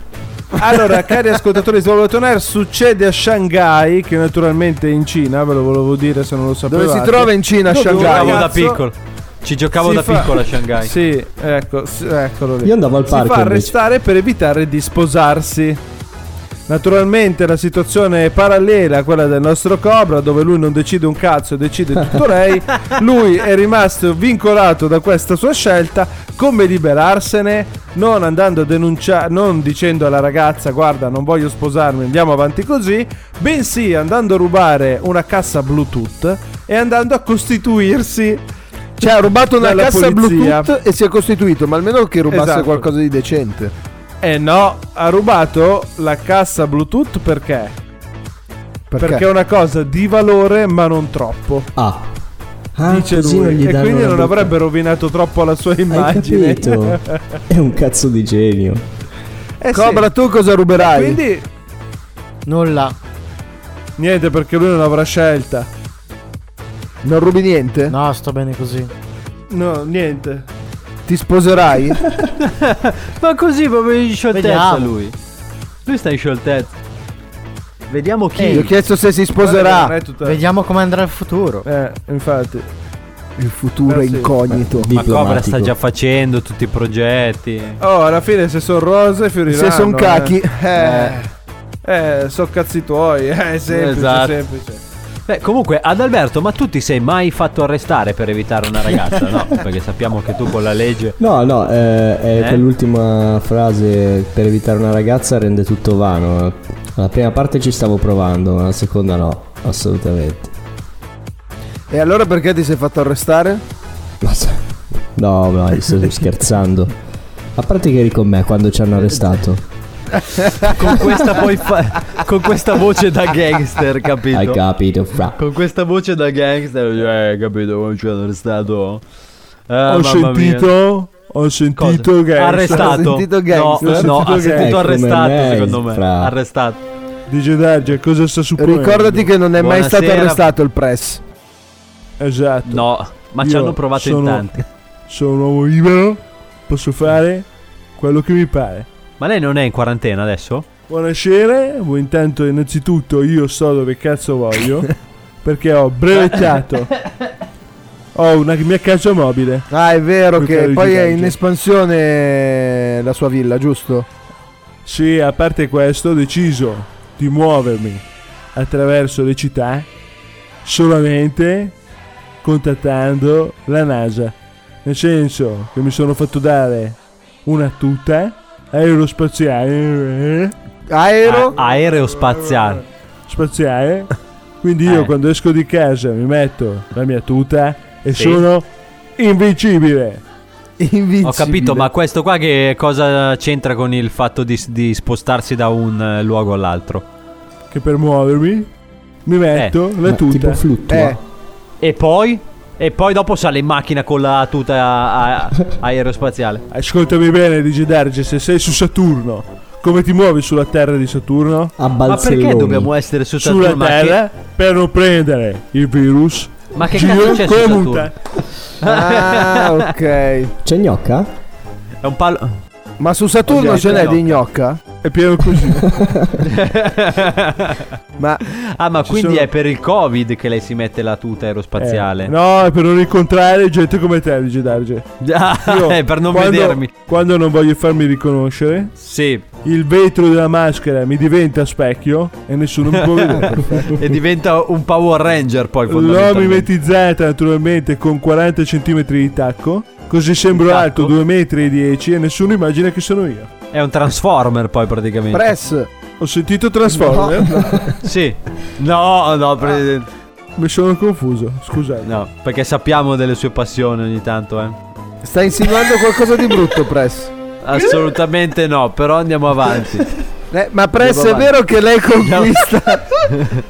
S8: Allora, cari ascoltatori di Svalvolato Air, succede a Shanghai, che naturalmente è in Cina, ve lo volevo dire se non lo sapevate.
S10: Dove si trova in Cina
S8: Dove un
S10: Shanghai?
S8: ragazzo-
S9: Giocavo da piccolo. Ci giocavo
S8: si
S9: da
S8: fa-
S9: piccolo a Shanghai.
S8: Sì, ecco, s- eccolo lì.
S24: Io andavo al
S8: si
S24: parco,
S8: fa
S24: invece.
S8: arrestare per evitare di sposarsi. Naturalmente la situazione è parallela a quella del nostro Cobra, dove lui non decide un cazzo e decide
S10: (laughs)
S8: tutto lei. Lui è rimasto vincolato da questa sua scelta. Come liberarsene? Non andando a denunciare, non dicendo alla ragazza guarda non voglio sposarmi, andiamo avanti così, bensì andando a rubare una cassa Bluetooth e andando a costituirsi
S10: Cioè, ha rubato una
S8: Dalla
S10: cassa
S8: polizia.
S10: Bluetooth e si è costituito, ma almeno che rubasse
S8: Esatto.
S10: qualcosa di decente.
S8: Eh no, ha rubato la cassa Bluetooth perché? Perché, è una cosa di valore ma non troppo.
S24: Ah. Ah,
S8: dice
S24: così non
S8: lui.
S24: gli
S8: E
S24: danno
S8: quindi
S24: la
S8: non
S24: brutta-
S8: avrebbe rovinato troppo la sua
S24: Hai
S8: immagine.
S24: capito? È un cazzo di genio.
S8: Eh
S10: (laughs)
S8: sì.
S10: Cobra, tu cosa ruberai?
S8: Quindi
S11: Nulla.
S8: niente perché lui non avrà scelta.
S10: Non rubi niente?
S11: No, sto bene così.
S8: No, niente.
S10: Ti sposerai?
S9: Ma così proprio in scioltezza
S11: Vediamo.
S9: lui. Lui sta in scioltezza. Vediamo chi.
S10: Gli ho chiesto se si
S8: Non
S25: Eh,
S10: sposerà.
S8: è tutta-
S11: Vediamo come andrà il futuro.
S8: Eh, infatti.
S10: Il futuro
S8: Beh,
S10: è
S8: sì.
S10: incognito.
S9: Ma Cobra
S24: Diplomatico.
S9: sta già facendo tutti i progetti.
S8: Oh, alla fine se sono rose
S10: Se
S8: fioriranno.
S10: son
S8: eh.
S10: cachi, eh.
S8: Eh.
S26: Eh, so cazzi tuoi, eh, è semplice,
S9: Esatto.
S26: semplice.
S9: Beh, comunque, Adalberto, ma tu ti sei mai fatto arrestare per evitare una ragazza? (laughs) No, perché sappiamo che tu con la legge.
S27: No, no, eh, è
S9: Eh?
S27: quell'ultima frase per evitare una ragazza rende tutto vano. Alla prima parte ci stavo provando, ma alla seconda no, assolutamente.
S3: E allora perché ti sei fatto arrestare?
S27: Ma se- No, ma io sto scherzando. A parte che eri con me quando ci hanno arrestato.
S9: Con questa poi fa- con questa voce da gangster, capito?
S27: Hai capito, fra.
S9: Con questa voce da gangster, cioè, eh, capito come ci hanno arrestato? Eh,
S8: ho
S9: mamma mia. Ah.
S8: sentito, ho sentito che
S9: Arrestato. No, no, ha sentito arrestato, secondo me. Arrestato.
S8: Dice Darge, cosa sta supponendo?
S3: Ricordati che non è mai stato
S9: Buonasera.
S3: arrestato il press.
S8: Esatto.
S9: Eh. No, ma ci
S8: Io
S9: hanno provato in
S8: sono-
S9: tanti.
S8: Sono un uomo libero, posso fare quello che mi pare.
S9: Ma lei non è in quarantena adesso?
S8: Buonasera, voi intanto innanzitutto io so dove
S9: (laughs)
S8: cazzo voglio, perché ho brevettato.
S3: (laughs)
S8: Ho una mia casa mobile.
S3: Ah, è vero
S8: Qui
S3: che
S8: caro
S3: poi è
S8: gigante.
S3: in espansione la sua villa, giusto?
S8: Sì, a parte questo, ho deciso di muovermi attraverso le città solamente contattando la NASA. Nel senso che mi sono fatto dare una tuta aerospaziale. Ah,
S3: Aero?
S9: A- aerospaziale.
S8: Spaziale. Quindi io
S9: Eh.
S8: quando esco di casa mi metto la mia tuta e
S9: Sì.
S8: sono invincibile.
S9: Ho capito, ma questo qua che cosa c'entra con il fatto di, di spostarsi da un eh, luogo all'altro?
S8: Che per muovermi mi
S9: Eh,
S8: metto la
S27: ma
S8: tuta.
S27: tipo fluttua. Eh.
S9: E poi? E poi dopo sale in macchina con la tuta a- a- aerospaziale.
S8: Ascoltami bene, Digi Darge, se sei su Saturno, come ti muovi sulla Terra di Saturno?
S27: A
S9: Ma perché dobbiamo essere su Saturno?
S8: Sulla
S9: Ah, Ma
S8: Terra
S9: che,
S8: per non prendere il virus.
S9: ma che
S8: Giro
S9: cazzo c'è su
S8: come un
S9: Saturno?
S8: te-
S3: Ah,
S9: (laughs)
S3: ok.
S27: C'è gnocca?
S9: È un palo.
S3: Ma su Saturno
S9: Ovviamente
S3: ce n'è
S9: no.
S3: di gnocca?
S8: È pieno (laughs) così.
S9: ma,
S8: eh,
S9: ah, ma
S8: ci
S9: quindi
S8: sono- Eh,
S9: è per il Covid che lei si mette la tuta aerospaziale? (laughs)
S8: No, è per non incontrare gente come te, Digi Darge.
S9: Ah,
S8: Io,
S9: eh, per non
S8: quando-
S9: vedermi.
S8: Quando non voglio farmi riconoscere,
S9: Sì,
S8: il vetro della maschera mi diventa specchio e
S9: (laughs)
S8: nessuno mi può vedere.
S9: e diventa un Power Ranger poi
S8: (laughs) L'ho
S9: fondamentalmente.
S8: mimetizzata naturalmente con 40 cm di tacco, così sembro
S9: Di tacco?
S8: alto 2,10 m e nessuno immagina che sono io.
S9: È un Transformer poi praticamente.
S3: Press.
S8: Ho sentito Transformer,
S9: sì. No, no,
S3: Ah.
S9: pre-
S8: (laughs) mi sono confuso, scusate.
S9: no, perché sappiamo delle sue passioni ogni tanto, eh.
S3: Sta insinuando qualcosa di brutto, Press.
S9: Assolutamente no, però andiamo avanti.
S3: Eh, ma Press è
S9: Andiamo
S3: vero che lei
S9: Andiamo-
S3: conquista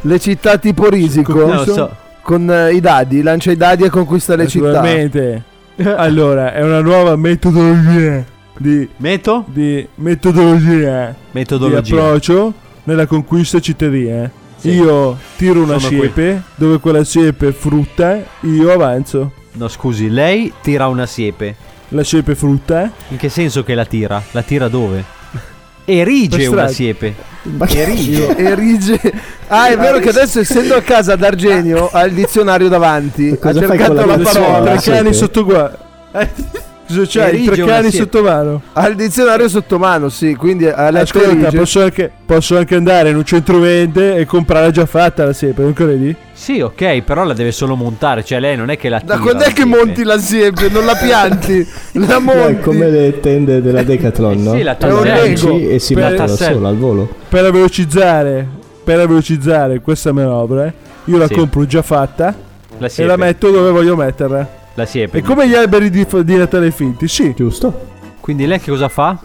S3: le città tipo Risico?
S9: Non lo so.
S3: Con eh, i dadi, lancia i dadi e conquista le città.
S8: Naturalmente. Allora, è una nuova metodologia di,
S9: Meto?
S8: di metodologia di
S9: Metodologia.
S8: approccio nella conquista cittadina.
S9: Sì.
S8: Io tiro una
S9: Sono qui.
S8: siepe, dove quella siepe frutta, io avanzo.
S9: No, scusi, lei tira una siepe.
S8: La siepe frutta,
S9: In che senso che la tira? La tira dove? Erige
S8: Per strada.
S9: una siepe.
S27: Ma che
S3: (laughs) Io- Erige. Ah, è vero che adesso, essendo a casa d'Argenio, ha il dizionario davanti. Ha
S27: cosa fai
S3: cercato
S27: con la
S3: la
S27: persona?
S3: parola.
S8: tre
S27: siepe?
S8: cani sotto qua. Cosa c'hai?
S9: Erige
S8: tre
S9: una
S8: cani
S9: siepe.
S8: sotto mano.
S3: Ha il dizionario sotto mano, sì. Quindi ha letto
S8: Eh, Ascolta,
S3: Erige.
S8: posso anche, posso anche andare in un centro vende e comprare già fatta la siepe, non credi?
S9: Sì, ok, però la deve solo montare, cioè lei non è che la tira.
S3: Da quando
S9: la
S3: è che
S9: siepe.
S3: monti la siepe? Non la pianti,
S8: (laughs)
S3: la
S27: È
S3: monti.
S8: Ecco,
S27: come le tende della Decathlon, no?
S9: Eh Sì, la
S3: un
S9: tassella.
S3: Lego.
S27: Sì, e si
S8: Per-
S27: mette da
S9: tassella.
S27: solo al volo.
S8: Per velocizzare, per velocizzare questa manovra, io la
S9: Sì.
S8: compro già fatta
S9: La
S8: e
S9: siepe.
S8: la metto dove voglio metterla.
S9: La siepe.
S8: È come gli alberi di, di Natale finti, sì.
S27: Giusto?
S9: Quindi lei che cosa fa?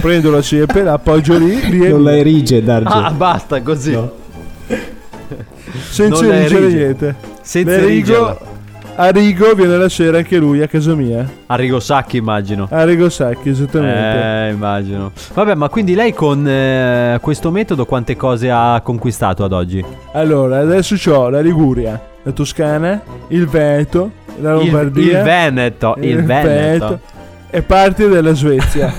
S8: Prendo la siepe, la appoggio lì, lì e
S27: Non la erige, Darge.
S9: Ah, basta, così.
S27: No.
S8: senza
S9: non la
S8: erigere
S9: erige.
S8: niente.
S9: Senza erigerla.
S8: Erigo, Arrigo viene la sera anche lui a casa mia.
S9: Arrigo Sacchi, immagino.
S8: Arrigo Sacchi, esattamente.
S9: Eh, immagino. Vabbè, ma quindi lei con eh, questo metodo quante cose ha conquistato ad oggi?
S8: Allora, adesso ho la Liguria, la Toscana, il Veneto, la
S9: Il,
S8: Lombardia,
S9: il Veneto, il Veneto.
S8: e parte
S9: (laughs)
S8: della Svezia.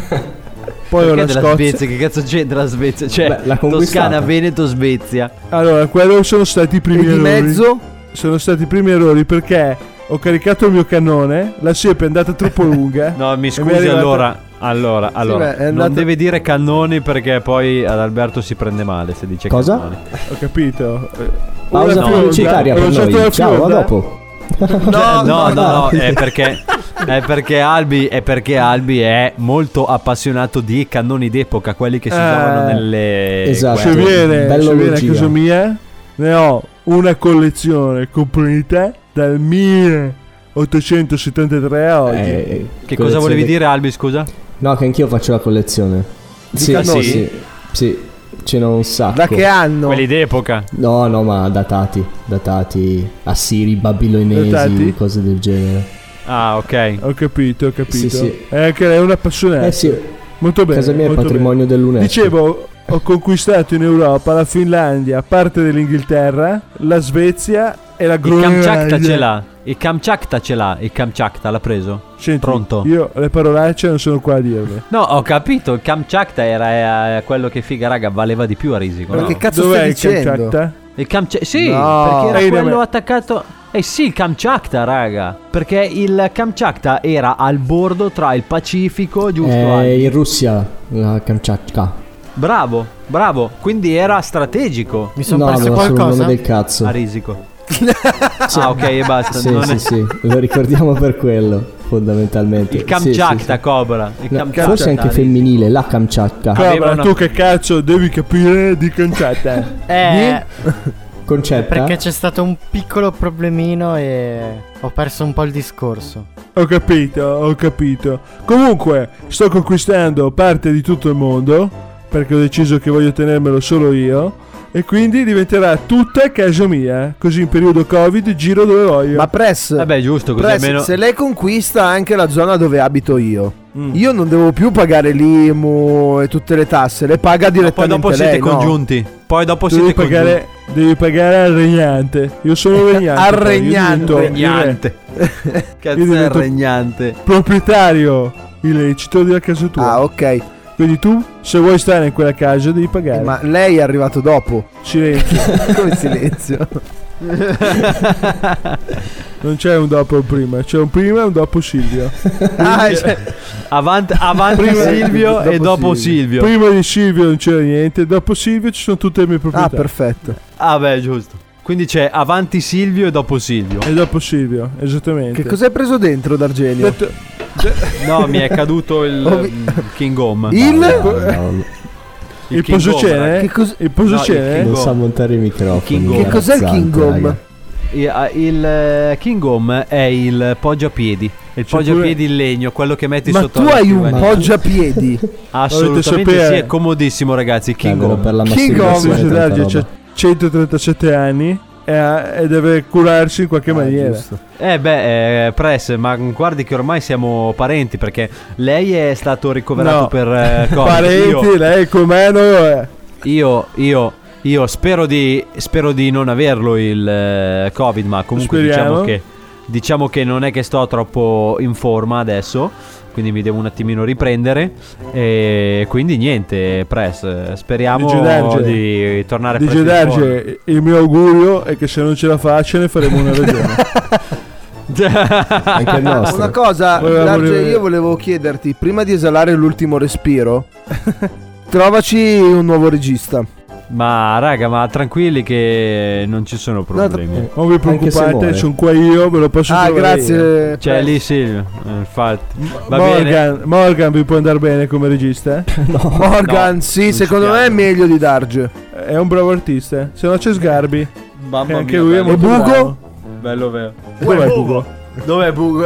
S8: Poi ho
S9: Perché
S8: la
S9: della
S8: Scozia.
S9: Svezia, che cazzo c'entra la Svezia? Cioè,
S27: Beh, l'ha conquistata.
S9: Toscana, Veneto, Svezia.
S8: Allora, quello sono stati i
S3: E
S8: primi
S3: di
S8: errori.
S3: mezzo,
S8: Sono stati i primi
S9: (laughs)
S8: errori perché ho caricato il mio cannone, la siepe è andata troppo lunga.
S9: No, mi
S8: E mi è
S9: scusi
S8: arrivata-
S9: allora. Allora, allora
S28: beh, è
S9: non
S28: andato-
S9: deve dire cannoni perché poi ad Alberto si prende male se dice
S12: Cosa?
S9: cannoni.
S28: Ho capito. Eh,
S12: Pausa
S28: una
S12: pubblicitaria per
S28: una certa
S12: noi. Ciao, a
S28: fionda.
S12: dopo.
S9: Eh, No, no, no, no, è perché è perché Albi è perché Albi è molto appassionato di cannoni d'epoca, quelli che si
S8: Eh,
S9: usavano nelle
S12: esatto.
S9: guerre.
S8: Sceviere,
S12: Bello
S8: Sceviere a
S12: logia.
S8: casa mia ne ho una collezione completa dal 1873 a oggi.
S12: Eh,
S9: Che cosa
S12: collezione
S9: volevi
S12: dei-
S9: dire Albi, scusa?
S12: No, che anch'io faccio la collezione. Sì,
S9: cannoni?
S12: sì, sì, sì. Ce n'ho un sacco.
S11: Da che anno?
S9: Quelli d'epoca.
S12: No, no, ma datati, datati assiri, babilonesi,
S8: Datati?
S12: cose del genere.
S9: Ah, ok.
S8: Ho capito, ho capito.
S12: Sì, sì.
S8: È anche lei una appassionata.
S12: Eh sì.
S8: Molto bene.
S12: Casa mia è
S8: molto
S12: patrimonio
S8: bene.
S12: dell'UNESCO.
S8: Dicevo, ho conquistato in Europa la Finlandia, parte dell'Inghilterra, la Svezia e la
S9: Il Kamchatka
S8: Groenlandia.
S9: ce l'ha. Il Kamchatka ce l'ha. Il Kamchatka l'ha preso.
S8: Senti,
S9: Pronto?
S8: Io le parolacce non sono qua a dirle.
S9: No, ho capito. Il Kamchatka era eh, quello che figa, raga, valeva di più a risico. no?
S11: Ma che cazzo
S8: Dov'è
S11: stai
S8: il
S11: dicendo?
S8: Kamchatka?
S9: Il Kamchatka, sì,
S8: No.
S9: perché
S8: Ehi,
S9: era quello
S8: vabbè.
S9: attaccato. Eh sì, il Kamchatka, raga. Perché il Kamchatka era al bordo tra il Pacifico, giusto?
S12: È
S9: Albi?
S12: Eh, in Russia, la Kamchatka.
S9: Bravo, bravo. Quindi era strategico.
S25: Mi
S12: No,
S25: sono
S12: aveva
S25: perso
S12: solo il
S25: qualcosa?
S12: nome del cazzo. (laughs)
S9: A risico. Ah, ok, e basta.
S12: Sì,
S9: non
S12: sì,
S9: è-
S12: sì, lo ricordiamo per quello, fondamentalmente.
S9: Il
S12: Sì, sì,
S9: Kamchatka,
S12: sì.
S9: Cobra. Il
S12: No,
S9: Kamchatka.
S12: forse anche femminile, la Kamchatka.
S8: Cobra,
S9: Aveva una-
S8: tu che cazzo devi capire di Kamchatka?
S25: Eh,
S11: (laughs)
S12: Concetta?
S25: perché c'è stato un piccolo problemino e ho perso un po' il discorso.
S8: Ho capito, ho capito. Comunque, sto conquistando parte di tutto il mondo perché ho deciso che voglio tenermelo solo io. E quindi diventerà tutta casa mia. Così in periodo Covid giro dove voglio.
S11: Ma Press,
S9: Vabbè, giusto, così
S11: Press,
S9: almeno.
S11: se lei conquista anche la zona dove abito io,
S9: Mm.
S11: io non devo più pagare l'IMU e tutte le tasse, le paga
S9: Poi
S11: direttamente
S9: dopo siete
S11: lei, no?
S9: congiunti. Poi dopo
S8: devi,
S9: siete
S8: pagare, devi pagare al regnante. Io sono regnante.
S11: (laughs) Al
S8: poi, io
S11: regnante.
S8: divento-
S9: congiunti. Regnante.
S8: Io
S9: Cazzo è
S8: divento-
S9: regnante.
S8: Proprietario illecito della casa tua.
S11: Ah, ok. Eh,
S8: Quindi tu, se vuoi stare in quella casa, devi pagare.
S11: Ma lei è arrivato dopo.
S8: Silenzio.
S11: (laughs) Come silenzio.
S8: (laughs) Non c'è un dopo e un prima, c'è un prima e un dopo Silvio.
S11: Ah, cioè,
S9: Avanti, avanti
S8: Prima-
S9: Silvio e dopo
S11: dopo
S9: Silvio.
S8: Prima di Silvio non c'era niente, dopo Silvio ci sono tutte le mie
S11: ah,
S8: proprietà.
S11: perfetto.
S9: Ah, beh, giusto. Quindi c'è avanti Silvio e dopo Silvio.
S11: Eh.
S8: e dopo Silvio, esattamente.
S11: Che cos'hai preso dentro d'Argenio?
S8: Detto-
S9: No, mi è caduto il
S11: Ho vi-
S9: mm, King Home.
S11: Il?
S8: il
S9: King Home,
S8: posocene?
S11: Che, cos-
S8: Il
S9: No, il
S8: posocene?
S9: King
S4: Non sa
S9: Home.
S4: montare i microfoni.
S9: King
S11: che cos'è il
S4: imbarazzante,
S11: Kingom?
S4: raga.
S9: I- ah, Il eh, King Home è il poggiapiedi. Il
S8: C'è
S9: poggiapiedi in legno, quello che metti
S11: Cioè, Ma
S9: sotto
S11: tu
S9: la
S11: hai un
S9: scrivania.
S11: poggiapiedi.
S9: Assolutamente
S8: Volete
S9: sì,
S8: sapere?
S9: è comodissimo, ragazzi. King
S12: Davvero
S9: Home.
S12: per (laughs) la
S11: King
S8: Il
S11: Home.
S4: masturbazione
S8: Sergio
S4: tanta
S8: Dargio
S4: roba.
S8: c'ha 137 anni e, ha- e deve curarsi in qualche
S12: Ah,
S8: maniera.
S9: Eh beh, eh, Press, ma guardi che ormai siamo parenti perché lei è stato ricoverato
S8: No.
S9: per
S8: (laughs)
S9: eh, Covid.
S8: Parenti,
S9: Io-
S8: lei com'è? Non lo è. eh?
S9: Io, io, io spero di, spero di non averlo il eh, Covid, ma comunque
S8: Speriamo.
S9: diciamo che, diciamo che non è che sto troppo in forma adesso, quindi mi devo un attimino riprendere. E quindi niente, Press, eh, speriamo
S8: Dice Darge.
S9: di tornare
S8: DJ
S9: presto in forma.
S8: Darge, il mio augurio è che se non ce la fa ce ne faremo
S12: (laughs)
S8: una ragione.
S12: Anche il
S11: Una
S12: nostro.
S11: cosa,
S8: Volevamo
S11: Darge,
S9: Eh,
S8: rivedere.
S11: io volevo chiederti, prima di esalare l'ultimo respiro, trovaci un nuovo regista.
S9: (laughs) Ma raga, ma tranquilli che non ci sono problemi.
S8: non vi
S12: Anche se
S8: preoccupate,
S12: muore.
S8: sono qua io, ve lo posso
S11: Ah,
S8: trovare io.
S11: grazie.
S9: C'è Cioè, lì Silvio, eh, infatti. Va bene.
S8: Morgan, Morgan vi può andare bene come regista? eh?
S11: Morgan,
S9: (laughs) No, non
S11: sì,
S9: ci
S11: secondo me è
S9: piace.
S11: meglio di Darge.
S8: È un bravo artista. eh. Se no c'è Sgarbi.
S9: Mamma
S8: E anche
S9: mia,
S8: lui è
S9: bello.
S8: molto bravo.
S9: Bello vero.
S8: Dov'è Bugo?
S9: Dov'è Bugo?
S8: (laughs)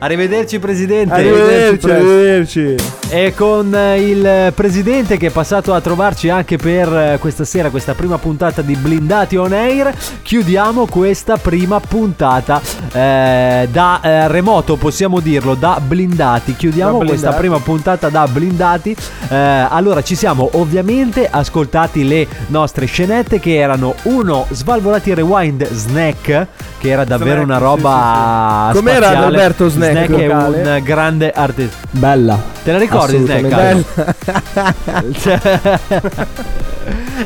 S9: Arrivederci presidente.
S8: Arrivederci, arrivederci.
S9: E con eh, il presidente che è passato a trovarci anche per eh, questa sera, questa prima puntata di Blindati On Air, chiudiamo questa prima puntata eh, da eh, remoto, possiamo dirlo, da blindati. Chiudiamo
S8: Da blindati.
S9: questa prima puntata da blindati. Eh, allora ci siamo ovviamente ascoltati le nostre scenette che erano uno Svalvolati Rewind Snack, che era davvero
S8: Snack,
S9: una
S8: sì,
S9: roba...
S11: sì, sì. Com'era
S9: spaziale.
S11: Alberto Snack,
S9: Snack è
S11: locale?
S9: un grande artista.
S12: Bella.
S9: Te la ricordi Snack? (laughs)
S12: Assolutamente.
S9: Ale?
S11: Bella.
S9: Cioè,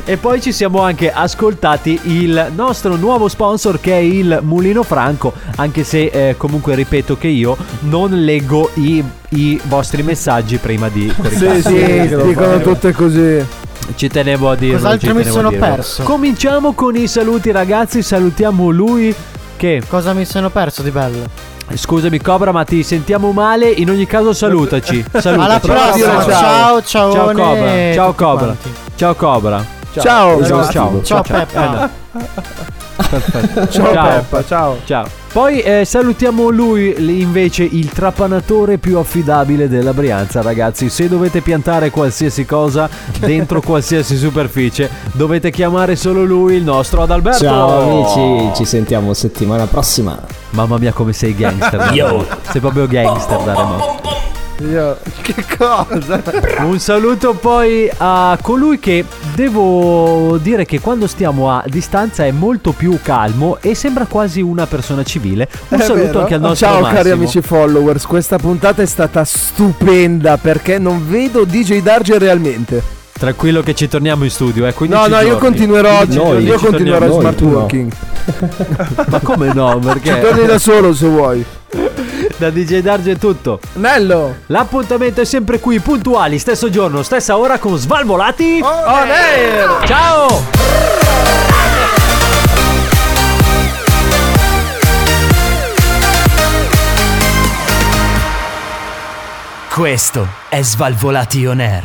S9: E poi ci siamo anche ascoltati il nostro nuovo sponsor che è il Mulino Franco, anche se eh, comunque ripeto che io non leggo i, i vostri messaggi prima di
S8: Sì,
S9: caricarli.
S8: sì, dicono tutte così.
S9: Ci tenevo a dirlo. ci
S8: Cos'altro mi
S9: tenevo a
S8: sono
S9: dirlo.
S8: perso?
S9: Cominciamo con i saluti ragazzi, salutiamo lui che...
S11: Cosa mi sono perso di bello?
S9: Scusami Cobra ma ti sentiamo male, in ogni caso salutaci. salutaci.
S11: Alla prossima, ciao, ciao,
S9: Ciao
S11: ciaone
S9: Cobra,
S11: e
S9: ciao
S11: tutti
S9: Cobra,
S11: quanti.
S9: ciao Cobra.
S11: Ciao.
S9: ciao, ciao,
S11: Ciao,
S9: Eh, no.
S11: Peppa.
S9: Perfetto.
S8: Ciao, Peppa,
S9: ciao. Poi eh, salutiamo lui l- invece il trapanatore più affidabile della Brianza, ragazzi. Se dovete piantare qualsiasi cosa
S2: (laughs)
S9: dentro qualsiasi superficie, dovete chiamare solo lui, il nostro Adalberto.
S2: Ciao amici, ci sentiamo settimana prossima.
S9: Mamma mia come sei gangster.
S2: (laughs)
S9: da
S2: Yo.
S9: remoto. Sei proprio gangster da remoto.
S8: Io- Che cosa?
S9: Un saluto poi a colui che devo dire che quando stiamo a distanza è molto più calmo e sembra quasi una persona civile. Un
S8: Eh, È
S9: saluto
S8: vero.
S9: anche al nostro
S8: Ciao
S9: Massimo.
S8: cari amici followers, questa puntata è stata stupenda perché non vedo DJ Darge realmente.
S9: Tranquillo che ci torniamo in studio, eh. 15
S8: No, no, io
S9: giorni.
S8: continuerò oggi,
S9: Noi.
S8: io
S9: Ci
S8: continuerò
S9: torniamo.
S8: smart
S9: Noi, tu no.
S8: working.
S9: Ma come no? Perché
S8: (laughs) Ci torni da solo se vuoi.
S9: Da DJ Darge è tutto.
S8: Nello.
S9: L'appuntamento è sempre qui, puntuali, stesso giorno, stessa ora con Svalvolati. Oh,
S8: On air.
S9: Ciao!
S29: Questo è Svalvolati On Air.